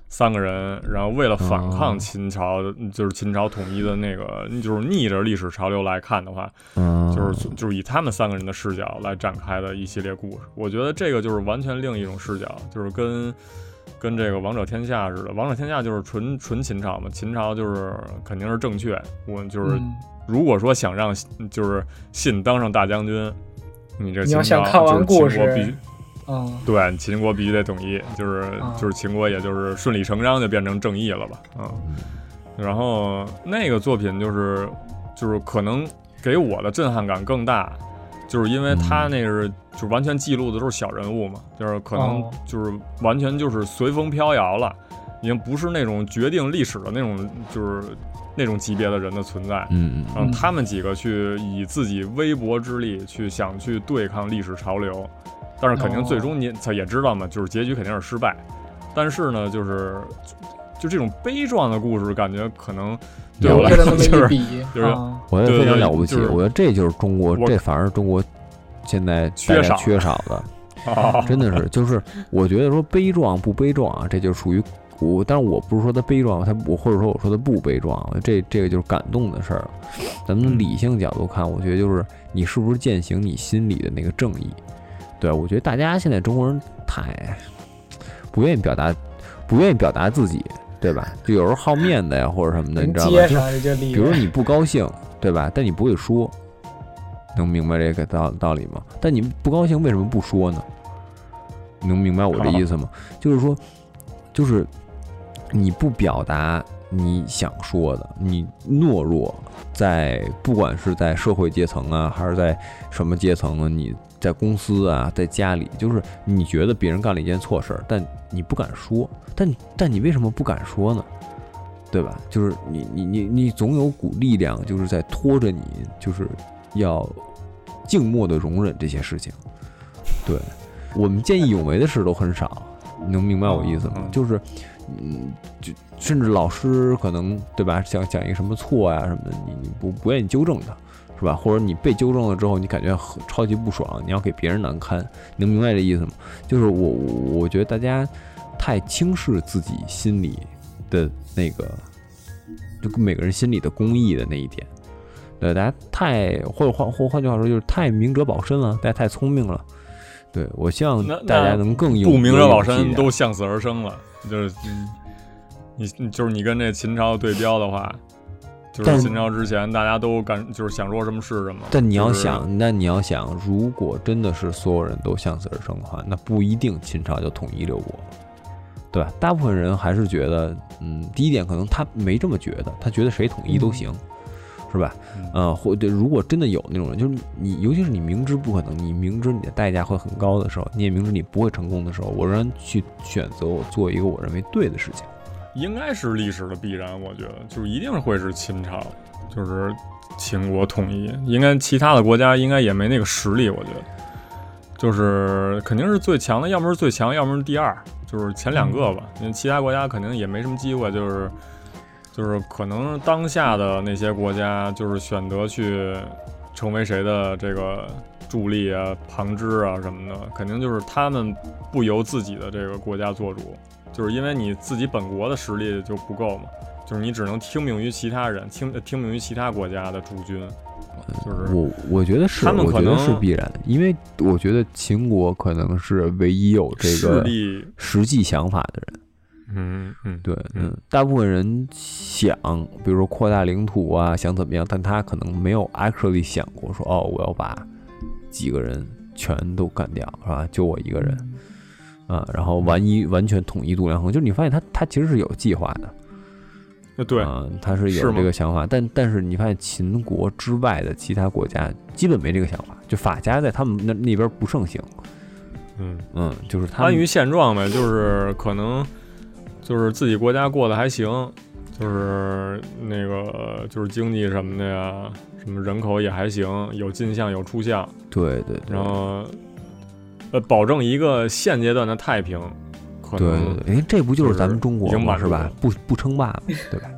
C: 三个人，然后为了反抗秦朝的，就是秦朝统一的那个，就是逆着历史潮流来看的话，
D: 嗯，
E: 哦
C: 就是就是以他们三个人的视角来展开的一系列故事。我觉得这个就是完全另一种视角，就是跟跟这个《王者天下》似的，《王者天下》就是纯纯秦朝嘛，秦朝就是肯定是正确。我就是、
E: 嗯
C: 如果说想让就是信当上大将军，你这
E: 你
C: 秦朝
E: 要想看完
C: 就是
E: 故
C: 秦国
E: 事
C: 必须
E: 嗯，
C: 对秦国必须得统一，就是、就是秦国也就是顺理成章就变成正义了吧，嗯。然后那个作品就是就是可能给我的震撼感更大，就是因为他那是就是完全记录的都是小人物嘛，就是可能
E: 哦
C: 就是完全就是随风飘摇了，已经不是那种决定历史的那种就是那种级别的人的存在。
D: 嗯
C: 然后他们几个去以自己微薄之力去想去对抗历史潮流，但是肯定最
D: 哦
C: 终你他也知道嘛，就是结局肯定是失败。但是呢，就是就这种悲壮的故事，感觉可能对我
E: 有
C: 来
E: 这
C: 说
E: 么
C: 就是
E: 一比，
C: 就是
E: 啊
D: 我觉得
C: 对
D: 非常
C: 对
D: 了不起，
C: 就是
D: 我觉得这就是中国，
C: 我
D: 这反而是中国现在大
C: 缺
D: 家
C: 少
D: 缺少 的，
C: 啊，
D: 真的是，就是我觉得说悲壮不悲壮啊，这就属于我，但是我不是说他悲壮，他我或者说我说他不悲壮，啊这这个就是感动的事儿了。咱们从理性角度看，我觉得就是你是不是践行你心里的那个正义？对，我觉得大家现在中国人太不愿意表达，不愿意表达自己，对吧？就有时候好面子呀或者什么的，你
E: 能
D: 知道吧？
E: 接
D: 就是
E: 上这就
D: 比
E: 厉
D: 如
E: 害。
D: 你不高兴，对吧？但你不会说，能明白这个道道理吗？但你不高兴为什么不说呢？你能明白我这意思吗？就是说，就是你不表达你想说的，你懦弱，在不管是在社会阶层啊，还是在什么阶层啊，你在公司啊，在家里，就是你觉得别人干了一件错事儿，但你不敢说，但但你为什么不敢说呢？对吧？就是你你你你总有股力量，就是在拖着你，就是要静默的容忍这些事情。对我们见义勇为的事都很少，你能明白我意思吗？
C: 嗯
D: 就是，嗯，就甚至老师可能对吧，讲讲一个什么错呀、什么的，你你不不愿意纠正他，是吧？或者你被纠正了之后，你感觉很超级不爽，你要给别人难堪，你能明白这意思吗？就是我我我觉得大家太轻视自己心里的那个，就每个人心里的公益的那一点。对，大家太或者换或换句话说，就是太明哲保身了，大家太聪明了。对我希望
C: 那
D: 大家
C: 那
D: 能更用
C: 不明哲保身
D: 勇气一点啊
C: 都向死而生了，就是嗯你你就是你跟这秦朝对标的话，就
D: 但
C: 是秦朝之前大家都敢就是想说什么是什么，
D: 但你要
C: 就是
D: 想，那你要想，如果真的是所有人都向死而生的话，那不一定秦朝就统一六国了，对吧？大部分人还是觉得，嗯，第一点可能他没这么觉得，他觉得谁统一都行，是吧？
C: 嗯
D: 呃，或者如果真的有那种人，就是你，尤其是你明知不可能，你明知你的代价会很高的时候，你也明知你不会成功的时候，我仍然去选择我做一个我认为对的事情。
C: 应该是历史的必然，我觉得就是一定会是秦朝，就是秦国统一。应该其他的国家应该也没那个实力，我觉得，就是肯定是最强的，要么是最强，要么是第二，就是前两个吧。
D: 嗯
C: 因为其他国家肯定也没什么机会，就是就是可能当下的那些国家就是选择去成为谁的这个助力啊、旁支啊什么的，肯定就是他们不由自己的这个国家做主，就是因为你自己本国的实力就不够嘛，就是你只能听命于其他人，听听命于其他国家的驻军，就是
D: 我我觉得是，
C: 他们
D: 我觉
C: 可
D: 得
C: 能
D: 是必然，因为我觉得秦国可能是唯一有这
C: 势
D: 个
C: 力，
D: 实际想法的人。
C: 嗯嗯，
D: 对，
C: 嗯
D: 嗯，大部分人想，比如说扩大领土啊，想怎么样，但他可能没有 actually 想过说，哦，我要把几个人全都干掉，是吧？就我一个人
C: 嗯
D: 啊，然后完一完全统一度量衡，就是你发现他他其实是有计划的，
C: 那呃对，
D: 啊，他是
C: 是
D: 有
C: 吗
D: 这个想法，但但是你发现秦国之外的其他国家基本没这个想法，就法家在他们那那边不盛行，
C: 嗯。
D: 嗯，就是他
C: 安于
D: 们
C: 现状呗，就是可能就是自己国家过得还行，就是那个就是经济什么的呀，什么人口也还行，有进项有出项，
D: 对对对
C: 然，后呃保证一个现阶段的太平，可
D: 对
C: 能
D: 对对，哎，这不就是咱们中国
C: 就是已经
D: 吗？
C: 满足
D: 是吧
C: 了？
D: 不不称霸嘛，对吧？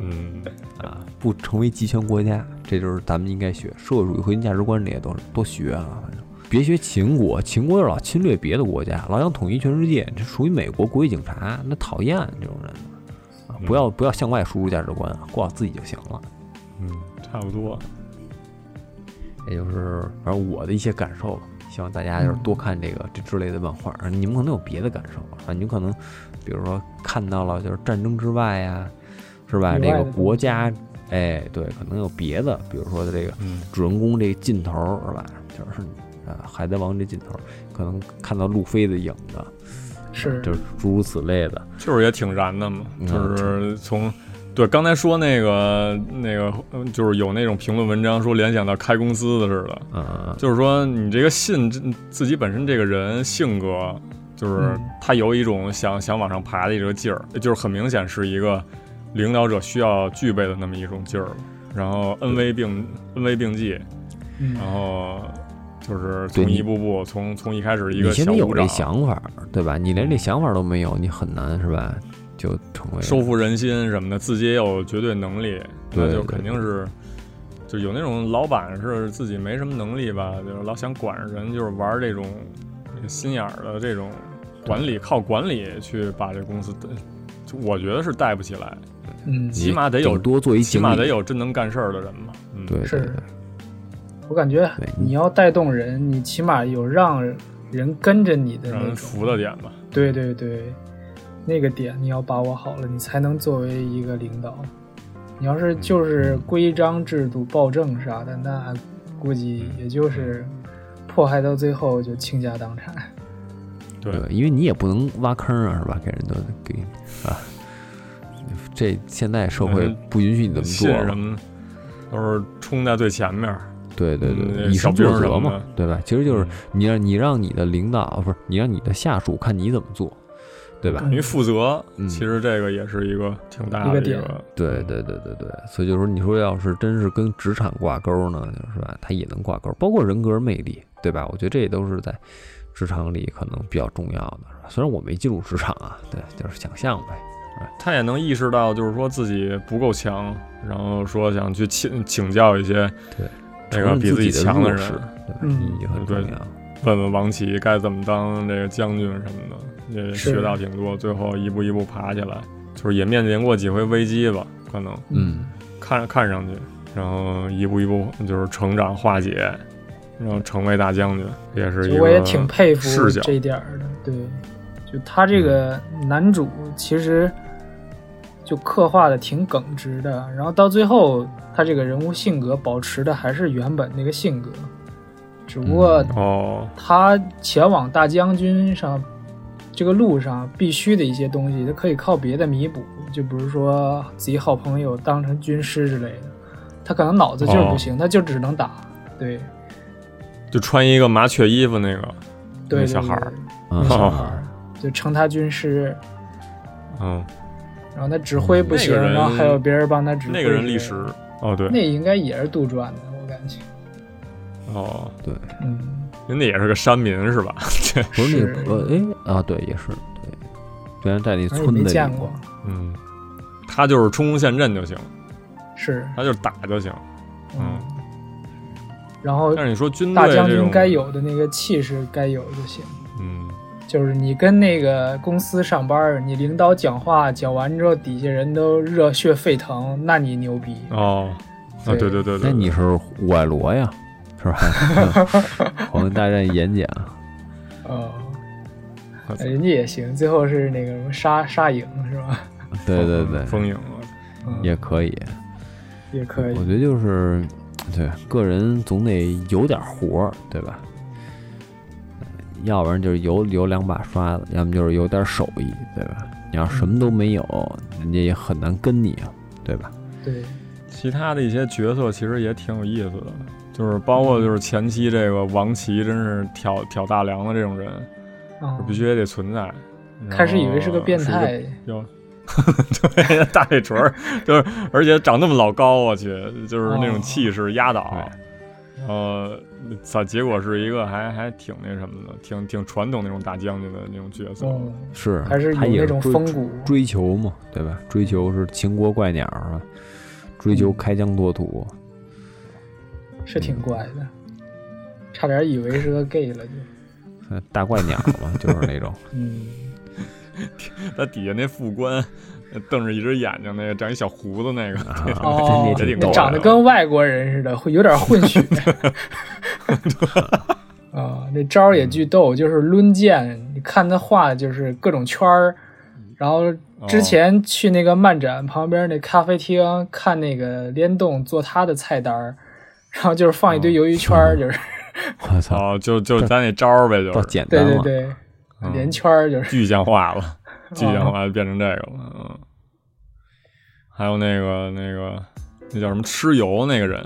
C: 嗯
D: 啊，不成为集权国家，这就是咱们应该学社会主义核心价值观，这些都是多学啊，反正别学秦国，秦国又老侵略别的国家，老想统一全世界，这属于美国国际警察，那讨厌这种人啊！不要不要向外输入价值观啊，过好自己就行了。
C: 嗯，差不多，
D: 也就是反正我的一些感受吧，希望大家就是
E: 嗯
D: 多看这个这之类的漫画，你们可能有别的感受啊，你们可能比如说看到了就是战争之外呀，是吧？
E: 以外的
D: 这个
E: 东西嗯
D: 国家，哎，对，可能有别的，比如说这个
C: 嗯
D: 主人公这尽头儿是吧？就是呃，海贼王这尽头儿，可能看到路飞的影子，
E: 嗯是
D: 就是诸如此类的。
C: 就是也挺燃的嘛，
D: 嗯
C: 就是从。对，刚才说那个那个，呃就是有那种评论文章说联想到开公司的似的，
D: 嗯，
C: 就是说你这个信这自己本身这个人性格，就是
E: 嗯
C: 他有一种想想往上爬的一个劲儿，就是很明显是一个领导者需要具备的那么一种劲儿。然后恩威并恩威并济，
E: 嗯
C: 然后就是
D: 对
C: 从
D: 你
C: 一步步从从一开始一
D: 你
C: 个
D: 现
C: 小啊
D: 在有
C: 股
D: 这
C: 长，
D: 想法儿，对吧？你
E: 嗯
D: 连这想法儿都没有，你很难是吧？就成为
C: 收服人心什么的，自己也有绝对能力，
D: 对
C: 那就
D: 对
C: 肯定是，就有那种老板是自己没什么能力吧，就是老想管着人，就是玩这种心眼儿的这种管理，靠管理去把这公司带，就我觉得是带不起来，
E: 嗯，
D: 你
C: 起码得有
D: 顶多做一
C: 起
D: 经
C: 码
D: 理
C: 得有真能干事儿的人嘛。嗯，
D: 对对
E: 是
D: 对
E: 我感觉
D: 对
E: 你要带动人，你起码有让人跟着你的
C: 让
E: 那
C: 人
E: 种，
C: 服的点吧。
E: 对对对，那个点你要把握好了，你才能作为一个领导。你要是就是规章制度、暴政啥的，那估计也就是迫害到最后就倾家荡产。
C: 对
D: 对，因为你也不能挖坑儿啊，是吧？给人都给啊， 这现在社会
C: 嗯
D: 不允许你这么
C: 信
D: 做
C: 什
D: 了，
C: 么都是冲在最前面儿，
D: 对对对，
C: 嗯
D: 以
C: 小
D: 身
C: 兵儿
D: 作
C: 什
D: 则
C: 么
D: 嘛
C: 的，嗯
D: 对吧？其实就是你让你让你的领导不是你让你的下属看你怎么做，对吧？
C: 因为负责，
D: 嗯
C: 其实这个也是一个挺大
E: 一
C: 的
E: 个
C: 一
E: 点
C: 个
D: 对对对对对，所以就是说，你说要是真是跟职场挂钩呢，就是吧，它也能挂钩，包括人格魅力，对吧？我觉得这也都是在职场里可能比较重要的，是吧？虽然我没进入职场啊，对，就是想象呗。
C: 他也能意识到，就是说自己不够强，然后说想去请请教一些
D: 对
C: 那个比
D: 自
C: 己
D: 的
C: 强
D: 弱
C: 人，
D: 势，对吧？
E: 嗯
D: 你很重
C: 对
D: 要。
C: 问问王琦该怎么当这个将军什么的，也
E: 是
C: 学到挺多。最后一步一步爬起来，就是也面临过几回危机吧，可能
D: 嗯，
C: 看看上去，然后一步一步就是成长化解，然后成为大将军，也是一个
E: 我也挺佩服
C: 视角嗯
E: 这一点儿的。对，就他这个男主其实就刻画的挺耿直的，然后到最后他这个人物性格保持的还是原本那个性格，只不过
C: 哦，
E: 他前往大将军上这个路上必须的一些东西，他可以靠别的弥补，就比如说自己好朋友当成军师之类的，他可能脑子就是
C: 哦
E: 不行，他就只能打。对
C: 就穿一个麻雀衣服那个
E: 对，
C: 那小
E: 对
C: 孩
E: 对
C: 儿，
D: 嗯
E: 那 小孩儿，就称他军师，
C: 嗯，
E: 然后他指挥不行，
C: 那个人
E: 然后还有别人帮他指挥。
C: 那个人历史，哦对，
E: 那应该也是杜撰的，我感觉。
C: 哦，
E: 嗯，
C: 那也是个山民 是吧？
D: 不是
E: 是
D: 那个呃，哎啊，对，也是对，虽然在那
E: 反
D: 村
E: 正也
D: 子
E: 没
D: 里
E: 见
D: 头
E: 过，
C: 嗯，他就是冲锋陷阵就行，
E: 是
C: 他就是打就行。嗯，
E: 然后
C: 但是你说军队
E: 大将
C: 这
E: 军
C: 种
E: 该，有的那个气势该有就行。
C: 嗯，
E: 就是你跟那个公司上班儿，你领导讲话讲完之后，底下人都热血沸腾，那你牛逼。
D: 嗯
C: 哦，啊，对
E: 对
C: 对对对，
D: 那你是我爱罗呀，是 吧？黄金大战啊演讲，
E: 哦，人家也行，最后是那个什么杀杀赢是吧？
D: 对对对，
C: 风影啊了，
E: 嗯，
D: 也可以。
E: 也可以
D: 我。觉得就是，对，个人总得有点活儿，对吧？要不然就是有有两把刷子，要么就是有点手艺，对吧？你要什么都没有，人家也很难跟你啊，对吧？
E: 对，
C: 其他的一些角色其实也挺有意思的，就是包
E: 嗯
C: 括就是前期这个王琦真是挑挑大梁的这种人，
E: 嗯
C: 必须也得存在。然后
E: 开始以为是
D: 哦
E: 个变态，
C: 有， 对，大嘴唇儿，就是而且长那么老高，啊我去，就是那种气势压倒。呃，咋结果是一个还还挺那什么的，挺挺传统那种大将军的那种角色。
E: 嗯，
D: 是，
E: 还是有
D: 他也
E: 那种
D: 追
E: 风骨。
D: 追求嘛，对吧？追求是秦国怪鸟啊，追
E: 嗯
D: 求开疆拓土，
E: 是挺乖的，
D: 嗯
E: 差点以为是个 gay 了就。
D: 呃大怪鸟嘛，就是那 种。
E: 嗯，
C: 他底下那副官呃瞪着一只眼睛，那个长一小胡子那个，
E: 哦
D: 啊真，的挺
E: 那
C: 啊
D: 逗
E: 长得
D: 的。
E: 跟外国人似的，会有点混 血。啊，那招儿也巨逗，就是抡剑。你看他画的就是各种圈儿，然后
C: 哦
E: 之前去那个漫展旁边那咖啡厅看那个联动做他的菜单儿，然后就是放一堆鱿鱼圈儿，就是
D: 我操，
C: 哦，就就咱那招儿呗，就
D: 倒
C: 是
D: 简
E: 对
D: 单
E: 对
D: 了。
E: 对，
C: 嗯
E: 连圈儿就是。
C: 具象化了，具象化就变成这个了。嗯，还有那个那个那叫什么蚩尤那个人，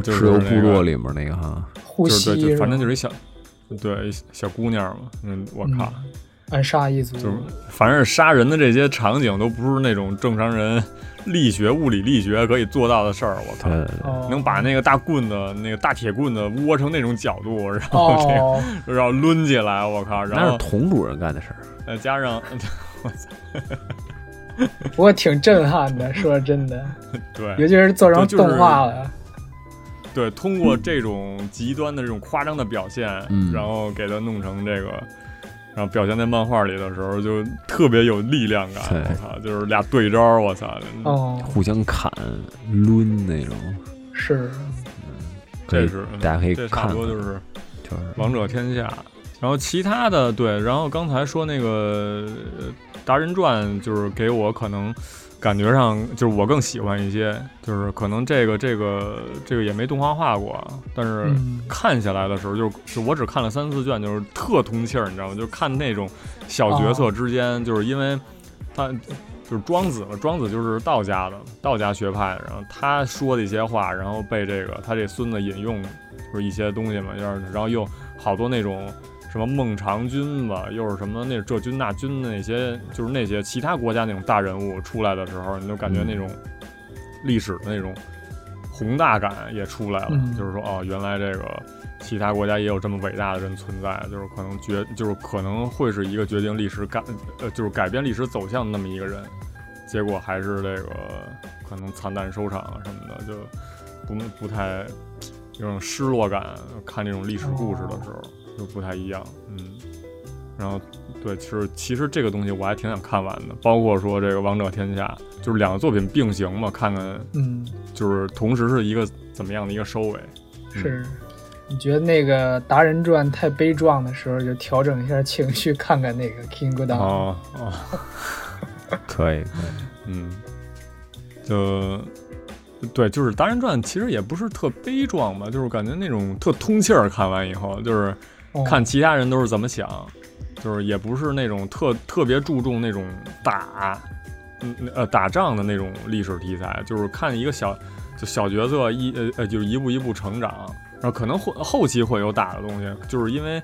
D: 啊，
C: 是就
D: 蚩
C: 是
D: 尤
C: 那
D: 部
C: 个啊
D: 落里面那个哈，
E: 呼
C: 就是对，
E: 吸
C: 就是
E: 吧
C: 反正就是一小，对一小姑娘嘛，嗯，我靠，
E: 暗杀一族，
C: 就是反正是杀人的这些场景都不是那种正常人力学物理力学可以做到的事儿，我操。
D: 对，
E: 哦
C: 能把那个大棍子、那个大铁棍子窝成那种角度，然后这个、
E: 哦，
C: 然后抡起来，我靠，然
D: 那
C: 后
D: 是同主人干的事儿。
C: 呃加上
E: 不过挺震撼的，说真的，尤
C: 对
E: 其是做成
C: 就就是
E: 动画了，
C: 对，通过这种极端的这种夸张的表现，
D: 嗯
C: 然后给它弄成这个，然后表现在漫画里的时候就特别有力量感，
D: 对
C: 我操，就是俩对嗯招儿，我操，
E: 哦，
D: 互相砍、抡那种，
E: 是
D: 可以
C: 这是
D: 大家可以
C: 嗯这差
D: 看
C: 不多
D: 看，
C: 就是
D: 就是
C: 王者天下。然后其他的对，然后刚才说那个呃达人传，就是给我可能感觉上就是我更喜欢一些，就是可能这个这个这个也没动画化过，但是
E: 嗯
C: 看下来的时候就是是我只看了三四卷，就是特通气儿，你知道吗？就看那种小角色之间，就是因为他就是庄子嘛，庄子就是道家的道家学派的，然后他说的一些话，然后被这个他这孙子引用，就是一些东西嘛，就是然后又好多那种什么孟尝君吧，又是什么那这君那君的那些，就是那些其他国家那种大人物出来的时候，你就感觉
D: 嗯
C: 那种历史的那种宏大感也出来了，
E: 嗯
C: 就是说哦，原来这个其他国家也有这么伟大的人存在，就是可能决，就是可能会是一个决定历史改，呃，就是改变历史走向的那么一个人，结果还是这个可能惨淡收场啊什么的，就不不太有种失落感。看这种历史故事的时候、就不太一样，嗯。然后对，其实其实这个东西我还挺想看完的，包括说这个《王者天下》，就是两个作品并行嘛，看看
E: 嗯
C: 就是同时是一个怎么样的一个收尾。
E: 是。你觉得那个达人传太悲壮的时候，就调整一下情绪，看看那个 King g o d o
C: 哦哦，
D: 可以，可以
C: 嗯，就对，就是《达人传》其实也不是特悲壮吧，就是感觉那种特通气儿。看完以后，就是
E: 哦
C: 看其他人都是怎么想，就是也不是那种特特别注重那种打，嗯呃打仗的那种历史题材，就是看一个小就小角色一呃呃就是一步一步成长，然后可能后后期会有打的东西，就是因为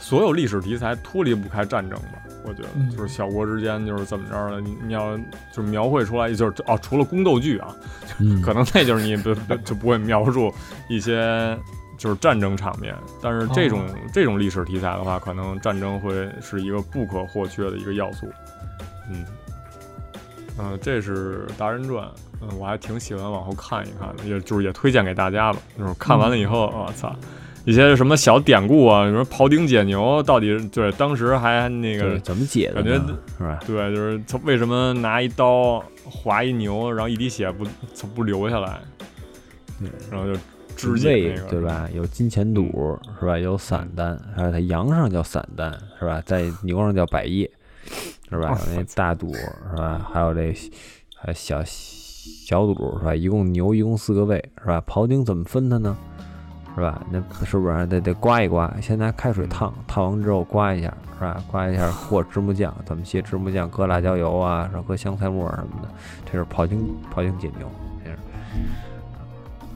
C: 所有历史题材脱离不开战争吧。我觉得
E: 嗯
C: 就是小国之间就是怎么着的，你你要就是描绘出来，就是哦，除了宫斗剧啊，
D: 嗯，
C: 可能那就是你不不就不会描述一些就是战争场面，但是这种、
D: 哦
C: 这种历史题材的话，可能战争会是一个不可或缺的一个要素。嗯，呃，这是《达人传》，嗯，我还挺喜欢往后看一看的，也就是也推荐给大家吧。就是看完了以后，
D: 嗯
C: 我、操、一些什么小典故啊，什么庖丁解牛，到底是对当时还那
D: 对
C: 个
D: 怎么解的
C: 感觉
D: 呢？是吧？
C: 对，就是他为什么拿一刀划一牛，然后一滴血不它不流下来，
D: 对
C: 然后就肢解
D: 胃
C: 那个，
D: 嗯
C: 嗯
D: 对？吧？有金钱肚是吧？有散丹，还有它羊上叫散丹是 吧？在牛上叫百叶是吧？有那大肚是吧？还有这还有小小肚是吧？一共牛一共四个胃是吧？庖丁怎么分它呢？是吧？那是不是还得得刮一刮？先拿开水
C: 嗯
D: 烫，烫完之后刮一下，是吧？刮 一下和芝麻酱，怎么切芝麻酱？搁辣椒油啊，然后搁香菜末儿什么的，这是庖丁庖丁解牛。这是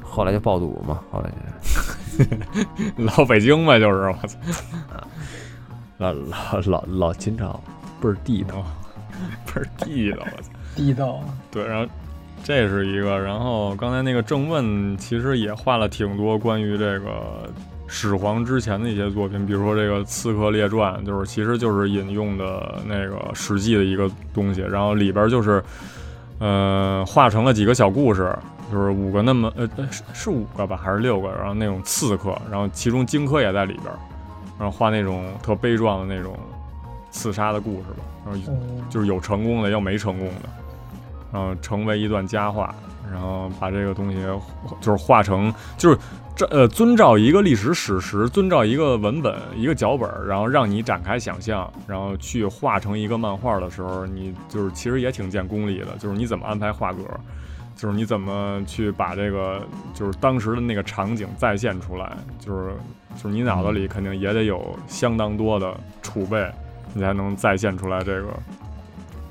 D: 后来就爆肚嘛，后来就是
C: 老北京呗，就是我操，
D: 老老老老秦朝倍儿地道，
C: 倍儿地道，啊我操。
E: 地道，
C: 对，然后这是一个，然后刚才那个正问其实也画了挺多关于这个始皇之前的一些作品，比如说这个《刺客列传》，就是其实就是引用的那个《史记》的一个东西，然后里边就是呃画成了几个小故事。就是五个那么呃呃是是五个吧还是六个？然后那种刺客，然后其中荆轲也在里边，然后画那种特悲壮的那种刺杀的故事吧。然后
E: 哦，
C: 就是有成功的，也有没成功的，然后成为一段佳话，然后把这个东西就是化成，就是这呃遵照一个历史史实，遵照一个文本一个脚本，然后让你展开想象，然后去画成一个漫画的时候，你就是其实也挺见功力的，就是你怎么安排画格。就是你怎么去把这个，就是当时的那个场景再现出来，就是就是你脑子里肯定也得有相当多的储备，你才能再现出来这个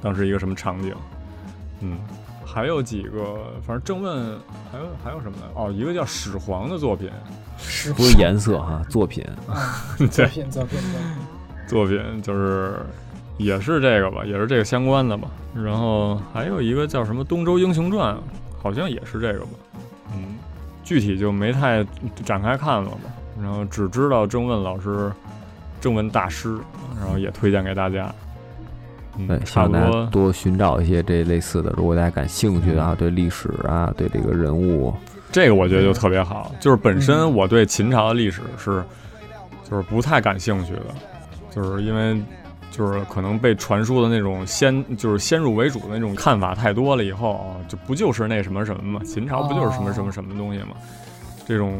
C: 当时一个什么场景。嗯，还有几个，反正正问还有还有什么来？哦，一个叫始皇的作品，
E: 是
D: 不是颜色哈、作品
C: 嗯对，
E: 作品作品作
C: 作
E: 品
C: 品就是也是这个吧，也是这个相关的吧。然后还有一个叫什么《东周英雄传》，好像也是这个吧。嗯，具体就没太展开看了吧。然后只知道郑问老师，郑问大师，然后也推荐给大家。嗯，
D: 对，希
C: 差
D: 望
C: 不
D: 大家
C: 多。嗯
D: 多寻找一些这类似的。如果大家感兴趣的啊，对历史啊，对这个人物，
C: 这个我觉得就特别好，就是本身我对秦朝的历史是，就是不太感兴趣的，就是因为就是可能被传输的那种先就是先入为主的那种看法太多了，以后啊，就不就是那什么什么嘛，秦朝不就是什么什么什么东西嘛，这种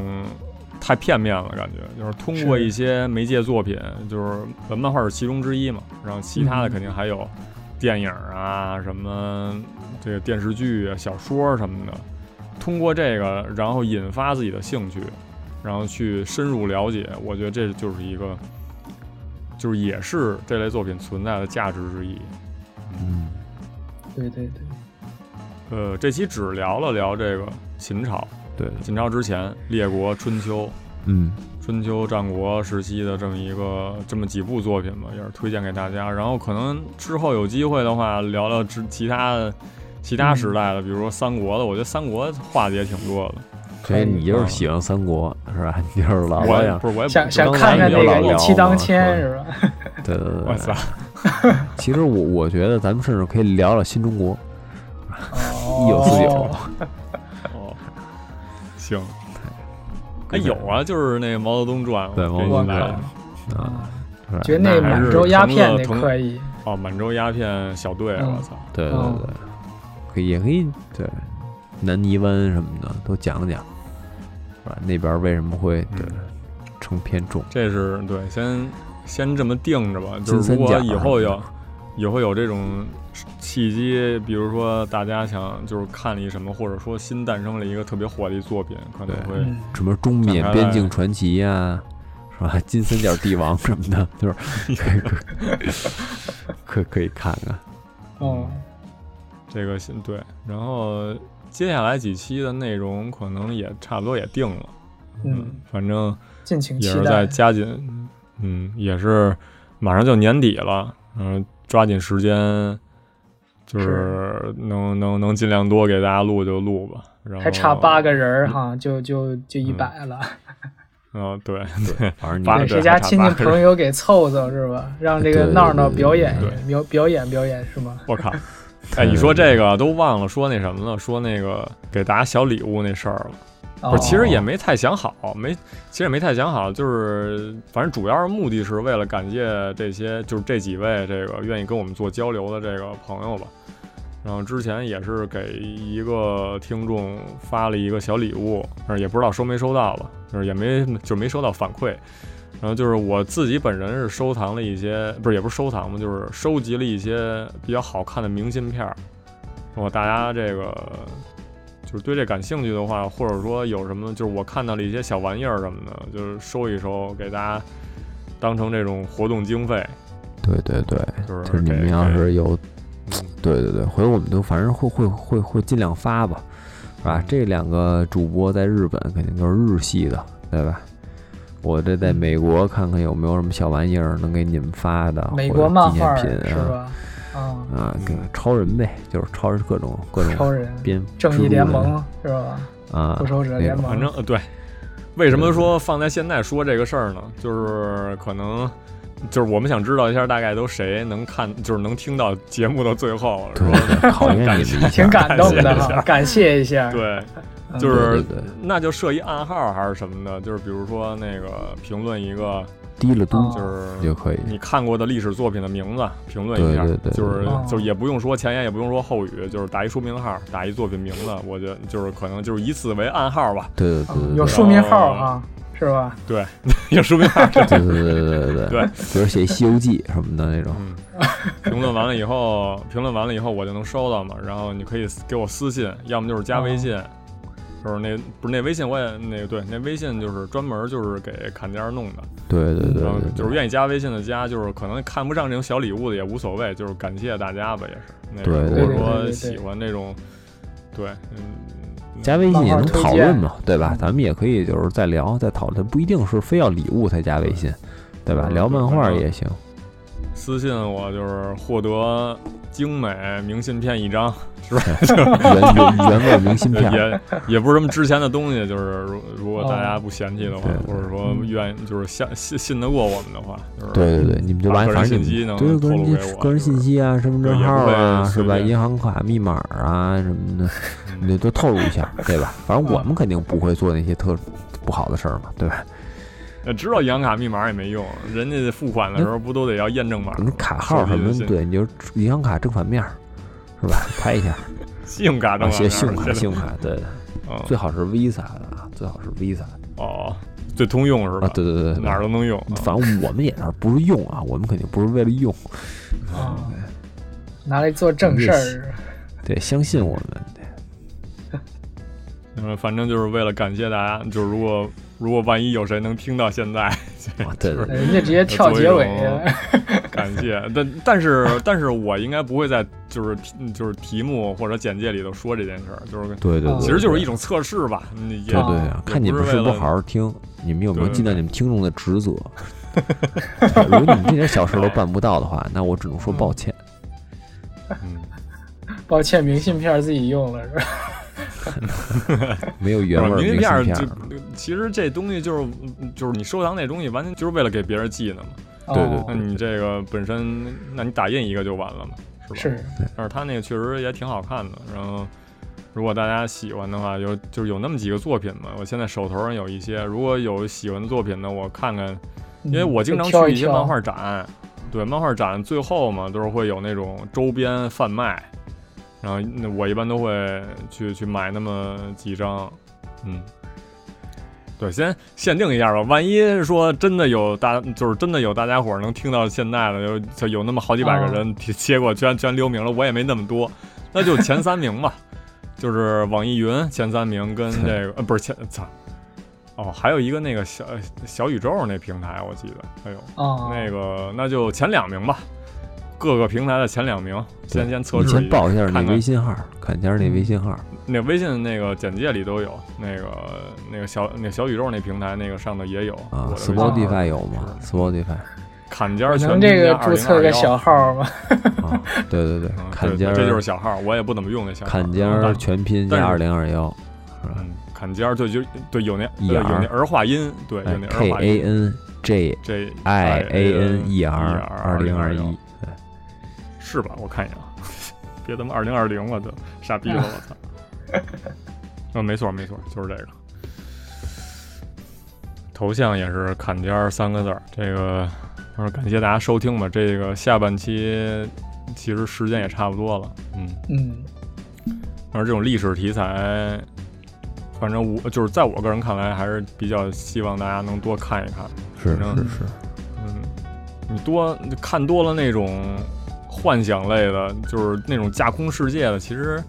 C: 太片面了，感觉就是通过
E: 是
C: 一些媒介作品，就是漫画是其中之一嘛，然后其他的
E: 嗯
C: 肯定还有电影啊什么这个电视剧啊、小说什么的。通过这个，然后引发自己的兴趣，然后去深入了解，我觉得这就是一个，就是也是这类作品存在的价值之一。
D: 嗯，
E: 对对对，
C: 呃，这期只聊了聊这个秦朝，
D: 对，
C: 秦朝之前，列国、春秋、
D: 嗯，
C: 春秋战国时期的这么一个这么几部作品吧，也是推荐给大家。然后可能之后有机会的话，聊聊之其他的其他时代的，比如说三国的，我觉得三国话题也挺多的。
D: 所以你就是喜欢三国是吧？ 你就是老
C: 啊
D: 啊
C: 我
D: 老
C: 也
D: 想，
C: 不是我也不
E: 想想
D: 刚才
E: 看看
D: 你
E: 那
D: 就老
E: 个
D: 聊
E: 一骑当
D: 嘛
E: 千
D: 是
E: 是吧？
D: 对对对
C: 我操
D: 对。，其实我我觉得咱们甚至可以聊聊新中国一九四九啊
E: 哦，
C: 哦，行，哎有啊，就是那个毛泽东传，
D: 对
C: 我
D: 毛
C: 给
D: 泽
C: 你
D: 东
C: 来
D: 传
C: 了
D: 啊，是吧？
E: 觉得那
C: 哦那还
E: 满
C: 是
E: 洲鸦
C: 成
E: 片
C: 了
E: 那
C: 同
E: 可以，
C: 哦，满洲鸦片小队，
E: 嗯
C: 我操，
D: 对对
E: 哦
D: 对，可以也可以对，南泥湾什么的都讲讲，是吧？那边为什么会对成偏重？
C: 这是对，先先这么定着吧，就
D: 金
C: 是如
D: 三
C: 果
D: 角
C: 以后有
D: 啊
C: 以后有这种契机，比如说大家想就是看了一什么，或者说新诞生了一个特别火的一作品，可能
D: 对
C: 会
E: 嗯，
D: 什么中缅边境传奇呀、是吧？金三角帝王什么的，就是 可以可以可以看看。
E: 哦，
C: 这个新对，然后接下来几期的内容可能也差不多也定了，
E: 嗯，，
C: 反正。
E: 敬请
C: 也
E: 期
C: 是在
E: 待。
C: 加紧，嗯，也是马上就年底了，嗯，抓紧时间，就是能能能尽量多给大家录就录吧。然后
E: 还差八，个人儿
C: 哦
E: 哈，就就就一百了，
C: 嗯、对，
D: 反正你
C: 八
E: 给
C: 个
E: 谁
C: 人
E: 家
C: 还差
E: 亲
C: 八
E: 戚
C: 个人
E: 朋友给凑凑是吧？让这
D: 对
E: 个
D: 对
E: 闹闹
D: 对
E: 表演
C: 对
E: 表表演表演是吗？
C: 我靠！哎，你说这个都忘了说那什么了，说那个给大家小礼物那事儿了。
E: 哦
C: 不是，其实也没太想好，没，其实也没太想好，就是反正主要是目的是为了感谢这些，就是这几位这个愿意跟我们做交流的这个朋友吧。然后之前也是给一个听众发了一个小礼物，但是也不知道收没收到吧，就是也没就没收到反馈。然后就是我自己本人是收藏了一些，不是也不是收藏嘛，就是收集了一些比较好看的明信片儿。如果大家这个就是对这感兴趣的话，或者说有什么，就是我看到了一些小玩意儿什么的，就是收一收，给大家当成这种活动经费，
D: 对对对，
C: 就是
D: 就是哎你
C: 给
D: 们要
C: 给
D: 是有，对对对，回头我们都反正会会会会尽量发吧，是
E: 嗯
D: 吧？这两个主播在日本肯定都是日系的，对吧？我这
E: 嗯
D: 在美国看看有没有什么小玩意儿能给你们发的，
E: 美
D: 或
E: 国
D: 者
E: 漫
D: 纪
E: 画
D: 念
E: 儿
D: 品
E: 是
D: 啊
E: 吧？啊，
D: 啊，给超人呗，就是超人各种各种
E: 超人、
D: 编
E: 正义联盟是吧？
D: 啊，
E: 复仇者
D: 那
E: 联
D: 种
E: 盟，
C: 反正呃对，为什么说放在现在说这个事儿呢？就是可能。就是我们想知道一下，大概都谁能看，就是能听到节目的最后，是吧？
D: 对 对，考验你们一下，
E: 挺感动的哈，感谢一下。
C: 对，
E: 嗯
C: 就是
D: 对对对
C: 那就设一暗号还是什么的，就是比如说那个评论一个，
D: 低了嘟
E: 哦
C: 就是
D: 就可以，
C: 你看过的历史作品的名字，评论一下，
D: 对对对
C: 就是
E: 哦
C: 就是也不用说前言，也不用说后语，就是打一书名号，打一作品名字，我觉得就是可能就是以此为暗号吧，
D: 对对
E: 啊
D: 对对
E: 有
D: 对
E: 书名号哈，是吧？
C: 对， 有书名号，
D: 对对对对 对
C: 对，
D: 比如写《西游记》什么的那种，
C: 嗯，评论完了以后，评论完了以后我就能收到嘛，然后你可以给我私信，要么就是加微信。就是那不是那微信我也那个对那微信就是专门就是给砍价弄的，
D: 对对对
C: 嗯然后
D: 对，
C: 就是愿意加微信的加，就是可能看不上这种小礼物的也无所谓，就是感谢大家吧，也是。那个
D: 对
C: 如
D: 对
C: 果
E: 对对
C: 说
E: 对
C: 喜欢这种对，嗯，
D: 加微信也能讨
E: 漫画
D: 论
E: 推
D: 嘛，对吧？咱们也可以就是再聊再讨论，不一定是非要礼物才加微信，对吧？
C: 嗯
D: 聊漫画
C: 反正
D: 也行。
C: 私信我就是获得精美明信片一 张，
D: 原原原味明信
C: 呃
D: 片，
C: 也也不是什么值钱的东西，就是如如果大家不嫌弃的话，
D: 哦对
C: 或者说愿意就是相信信得过我们的话，就是
D: 对对对，你们就把
C: 把个人
D: 反正
C: 信
D: 你
C: 息
D: 们
C: 能
D: 对个人
C: 透露
D: 信
C: 给我
D: 个
C: 就是
D: 人信息啊，身份
C: 对
D: 证
C: 也不
D: 号啊，
C: 会随
D: 是吧？
C: 便
D: 银行卡密码啊什么的，你就都透露一下，对吧？反
C: 嗯
D: 正我们肯定不会做那些特不好的事儿嘛，对吧？
C: 呃知道银行卡密码也没用，人家付款的时候不都得要验证码
D: 什么
C: 吗？
D: 嗯卡号什么
C: 手机，的信
D: 对，你就银行卡正反面儿，是吧？拍一下，
C: 信用卡
D: 啊，
C: 证
D: 写信用卡，
C: 现在
D: 信用卡，对，
C: 嗯
D: 最好是 Visa 的啊，最好是 Visa
C: 哦，最通用是吧？
D: 啊，对对对对对，
C: 哪儿都能用。
D: 反正我们也是不是用啊，我们肯定不是为了用，
E: 啊，拿来做正事儿，
D: 对，相信我们，对
C: 嗯，反正就是为了感谢大家，就如果如果万一有谁能听到现 在，
D: 啊对对对，
E: 哎人家直接跳结尾，
C: 感谢，但但是但是我应该不会在就是题就是题目或者简介里头说这件事儿，就是
D: 对对对，
E: 啊
C: 其实就是
D: 对
C: 一种测试吧，你也
D: 对对
E: 啊
D: 啊，看你们是不好好听，你们有没有
C: 对对
D: 尽到你们听众的 职责？对如果你们这点小事都办不到的话，那我只能说抱歉。
C: 嗯
E: 抱歉，明信片自己用了是吧？
D: 没有原味儿
C: 明信
D: 明信
C: 片儿
D: 片
C: 就
D: 儿，
C: 其实这东西就是就是你收藏那东西，完全就是为了给别人寄的嘛。
D: 对对
E: 哦
C: 那你这个本身，那你打印一个就完了嘛，是吧？
E: 是
C: 但是他那个确实也挺好看的。然后，如果大家喜欢的话，有就是有那么几个作品嘛。我现在手头上有一些，如果有喜欢的作品呢，我看看，因为我经常
E: 嗯挑
C: 去
E: 一
C: 一些
E: 挑
C: 漫画展，对漫画展最后嘛都是会有那种周边贩卖，然后那我一般都会去去买那么几张，嗯。对，先限定一下吧。万一说真的有大，就是真的有大家伙儿能听到现在的，有就有那么好几
D: 哦
C: 百个人，结结果居然居然留名了，我也没那么多，那就前三名吧，就是网易云前三名跟这个呃不是前操，哦还有一个那个小小宇宙那平台我记得，哎呦
E: 啊，
C: 那
D: 哦
C: 个那就前两名吧，各个平台的前两名，先先测
D: 你
C: 试
D: 先
C: 一下。
D: 报一下
C: 看
D: 你
C: 看嗯
D: 微信号，看一下那微信号。啊
C: 那微信那个简介里都有，那个那个小那小宇宙那平台那个上头也有
D: 啊
C: 我的微信号嗯
D: ，Spotify 有吗？Spotify
C: 砍尖
E: 我
C: 儿全
E: 能
C: 拼
E: 这
C: 加2021
E: 个注册个小号吗？
D: 啊，对对对，
C: 嗯
D: 坎
C: 对
D: 肩
C: 那这就是
D: 儿，
C: 小号，我也不怎么用那小号。嗯
D: 坎肩儿
C: 但
D: 全拼
C: 但
D: 加
C: 是
D: 二零二幺
C: 嗯，坎肩儿对，就对有那呃
D: ER
C: 有那儿化音，对，有那儿
D: 哎，K
C: 化
D: A
C: 音。
D: N J
C: J
D: I A N E
C: E
D: R 二零二一，
C: 是吧？我看一眼，啊，别他妈二零二零了都傻逼了，我操！ 嗯，没错没错，就是这个。头像也是坎肩儿三个字儿，这个我说感谢大家收听吧。这个下半期其实时间也差不多了，嗯，
E: 嗯，
C: 而这种历史题材，反正我就是在我个人看来，还是比较希望大家能多看一看。
D: 是
C: 反
D: 是
C: 正
D: 是，
C: 嗯，你多看多了那种幻想类的，就是那种架空世界的，其实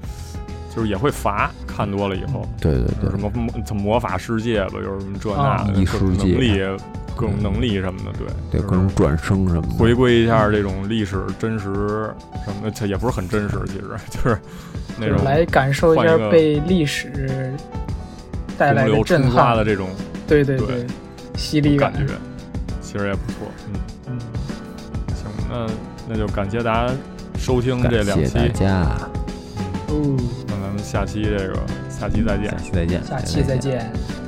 C: 就是也会乏。看多了以后，
D: 对对
C: 有
D: 对
C: 什，么魔魔法世界吧，有什么这那
E: 啊
C: 的，
D: 异
C: 各种
D: 世界
C: 能力、各种能力什么的，对就
D: 对
C: 是
D: 各种转生什么
C: 回
D: 的，
C: 归一下这种历史真实什么的，这也不是很真实，其实 就是那种
E: 来感受一
C: 换
E: 下
C: 一个
E: 被历史带来
C: 洪
E: 的
C: 流
E: 震
C: 冲刷
E: 撼
C: 的，这种
E: 对对
C: 对
E: 对，犀利
C: 感觉，其实也不错。嗯，
E: 嗯
C: 行，那那就感谢大家收听这
D: 感
C: 两
D: 谢
C: 期
D: 大。家，
E: 哦，
C: 那咱们下期这个下期再见
D: 下。期再见，
E: 下期再见。